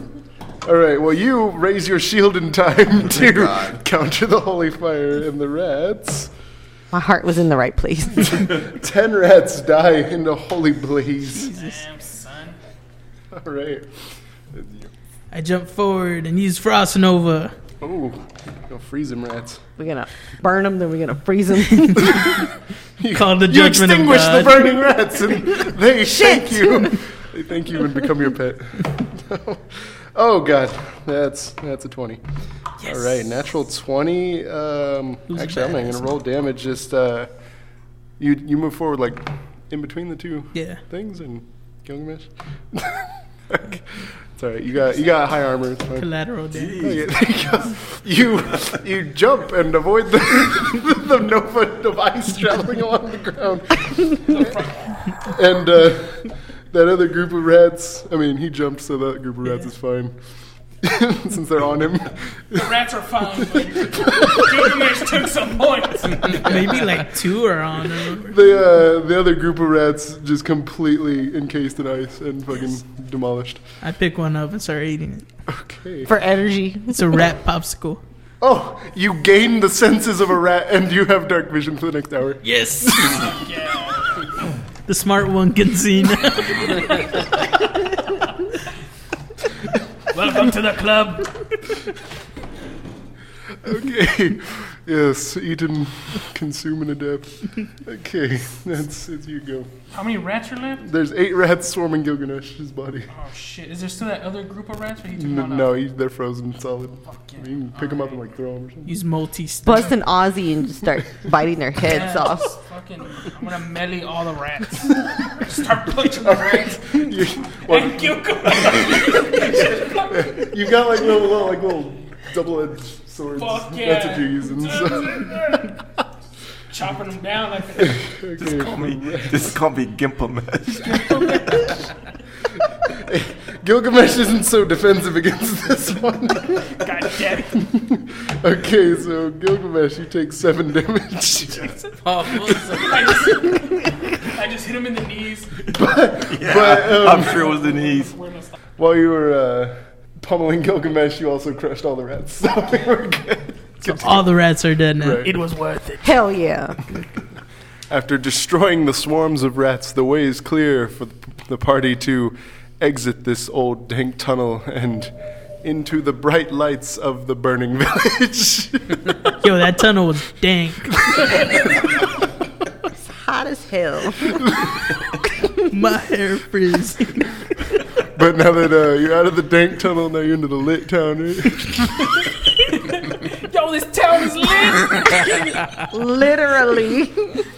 Speaker 4: All right. Well, you raise your shield in
Speaker 2: Oh
Speaker 4: time to
Speaker 6: God.
Speaker 4: counter the holy fire and the rats.
Speaker 1: My heart was in the right place.
Speaker 4: Ten rats die in the holy blaze.
Speaker 3: Damn, son.
Speaker 4: All right.
Speaker 5: I jump forward and use Frost Nova.
Speaker 4: Oh, go freeze him, rats.
Speaker 1: We're gonna burn them, then we're gonna freeze them.
Speaker 4: You,
Speaker 5: Called the
Speaker 4: you
Speaker 5: judgment of
Speaker 4: extinguish the
Speaker 5: God.
Speaker 4: burning rats, and they thank you. They thank you and become your pet. oh god, that's that's a twenty. All right, natural twenty. Um,
Speaker 5: Who's
Speaker 4: actually, I'm not
Speaker 5: badass?
Speaker 4: gonna roll damage. Just uh, you you move forward like in between the two
Speaker 5: Yeah.
Speaker 4: things and Gilgamesh. okay. It's all right. You got you got high armor. It's fine.
Speaker 5: Collateral damage.
Speaker 4: Oh, yeah, there you go. you you jump and avoid the, the nova of ice traveling along the ground, and uh, that other group of rats. I mean, he jumped, so that group of rats is fine since they're on him.
Speaker 3: The rats are fine, but Gilgamesh took some points.
Speaker 5: Maybe like two are on. Or
Speaker 4: The uh, the other group of rats just completely encased in ice and fucking demolished.
Speaker 5: I pick one up and start eating it.
Speaker 4: Okay.
Speaker 1: For energy.
Speaker 5: It's a rat popsicle.
Speaker 4: Oh, you gain the senses of a rat, and you have dark vision for the next hour.
Speaker 5: Yes. the smart one can see now.
Speaker 3: Welcome to the club.
Speaker 4: Okay. yes, eat and consume and adapt. Okay, that's it's you go.
Speaker 3: How many rats are left?
Speaker 4: There's eight rats swarming Gilgamesh's body.
Speaker 3: Oh shit! Is there still that other group of rats? Or he took
Speaker 4: No,
Speaker 3: one
Speaker 4: no
Speaker 3: out?
Speaker 4: he- they're frozen solid.
Speaker 3: Fuck yeah.
Speaker 4: You can pick them up and like throw them or something.
Speaker 5: Use multi stuff.
Speaker 1: Bust an Aussie and just start biting their heads
Speaker 3: Yeah,
Speaker 1: off.
Speaker 3: just Fucking, I'm gonna melee all the rats. Start punching the rats.
Speaker 4: You,
Speaker 3: And Gilgamesh.
Speaker 4: you got like little, little like little double-edged swords.
Speaker 3: Fuck yeah.
Speaker 4: That's what you're using. So.
Speaker 3: Chopping them down like a
Speaker 4: Just call
Speaker 6: This can't be Gimpamesh.
Speaker 4: Gilgamesh isn't so defensive against this one.
Speaker 3: goddamn.
Speaker 4: okay, so Gilgamesh, you take seven damage.
Speaker 1: Oh,
Speaker 3: I just, I just hit him in the knees.
Speaker 4: But, um,
Speaker 6: I'm sure it was the knees.
Speaker 3: We're gonna stop.
Speaker 4: While you were uh, pummeling Gilgamesh, you also crushed all the rats. So we were good. uh,
Speaker 5: All the rats are dead now.
Speaker 4: Right.
Speaker 3: It was worth it.
Speaker 1: Hell yeah.
Speaker 4: After destroying the swarms of rats, the way is clear for the party to exit this old dank tunnel and into the bright lights of the burning village.
Speaker 5: Yo, that tunnel was dank.
Speaker 1: Hot as hell.
Speaker 5: My hair frizz.
Speaker 4: but now that uh, you're out of the dank tunnel, now you're into the lit town. Right?
Speaker 3: Yo, this town is lit.
Speaker 1: Literally.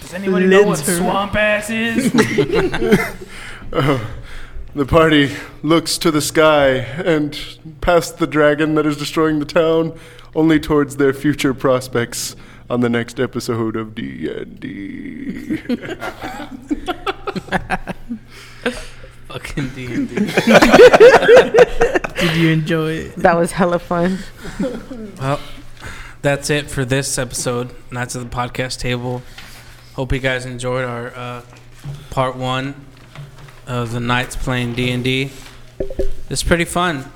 Speaker 3: Does anybody know what
Speaker 5: Literally.
Speaker 3: swamp ass is?
Speaker 4: The party looks to the sky and past the dragon that is destroying the town, only towards their future prospects on the next episode of D&D.
Speaker 2: Fucking D&D.
Speaker 5: Did you enjoy it?
Speaker 1: That was hella fun.
Speaker 2: Well, that's it for this episode, Nights of the Podcast Table. Hope you guys enjoyed our uh, part one of the Knights playing D and D. It's pretty fun.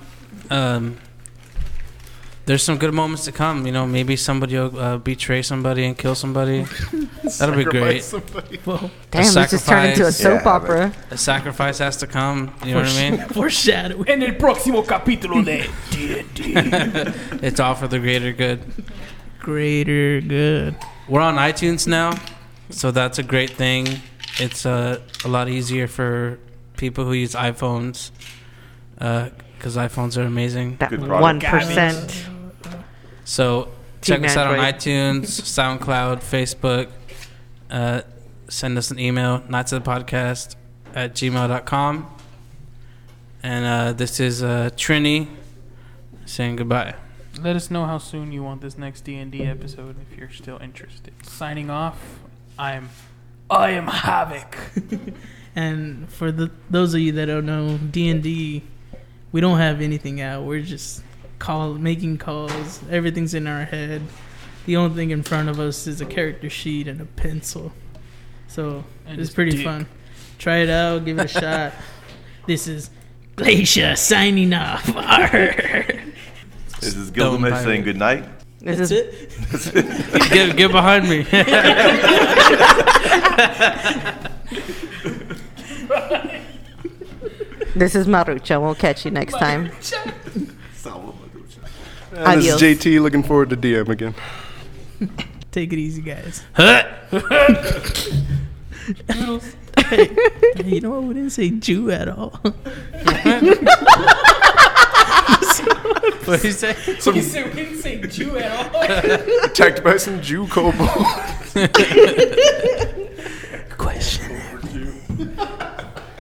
Speaker 2: Um, there's some good moments to come. You know, maybe somebody will uh, betray somebody and kill somebody. That'll be
Speaker 4: Sacrifice
Speaker 2: great.
Speaker 4: somebody.
Speaker 5: Well,
Speaker 1: Damn, this just turned into a
Speaker 2: sacrifice.
Speaker 1: soap
Speaker 6: Yeah,
Speaker 1: opera.
Speaker 2: A sacrifice has to come. You know what I mean?
Speaker 5: foreshadowing.
Speaker 3: En el próximo capítulo de D&D.
Speaker 2: It's all for the greater good.
Speaker 5: Greater good.
Speaker 2: We're on iTunes now, so that's a great thing. It's uh, a lot easier for people who use iPhones because iPhones are amazing.
Speaker 1: That
Speaker 6: Good product.
Speaker 1: one percent.
Speaker 2: So check
Speaker 1: Team
Speaker 2: us out on
Speaker 1: Android.
Speaker 2: iTunes, SoundCloud, Facebook. Uh, send us an email, nights of the podcast at gmail.com. And uh, this is uh, Trini saying goodbye.
Speaker 3: Let us know how soon you want this next D&D episode if you're still interested. Signing off, I'm... I am Havoc.
Speaker 5: And for the those of you that don't know, D and D, we don't have anything out. We're just call making calls. Everything's in our head. The only thing in front of us is a character sheet and a pencil. So
Speaker 3: And
Speaker 5: it's
Speaker 3: his
Speaker 5: pretty
Speaker 3: dick.
Speaker 5: fun. Try it out. Give it a shot. This is Glacier signing off. Arr.
Speaker 6: This is
Speaker 2: Don't buy
Speaker 6: Gilgamesh saying
Speaker 2: it.
Speaker 6: good night.
Speaker 1: This
Speaker 5: That's
Speaker 1: is
Speaker 5: it.
Speaker 2: get, get behind me.
Speaker 1: This is Marucha. We'll catch you next time.
Speaker 4: And this is
Speaker 1: Adios.
Speaker 4: JT. Looking forward to DM again.
Speaker 5: Take it easy, guys.
Speaker 3: Toodles.
Speaker 5: Hey, you know what? We didn't say Jew at all.
Speaker 2: What do you say?
Speaker 3: He said we didn't say Jew at all.
Speaker 4: Attacked by some Jew kobolds.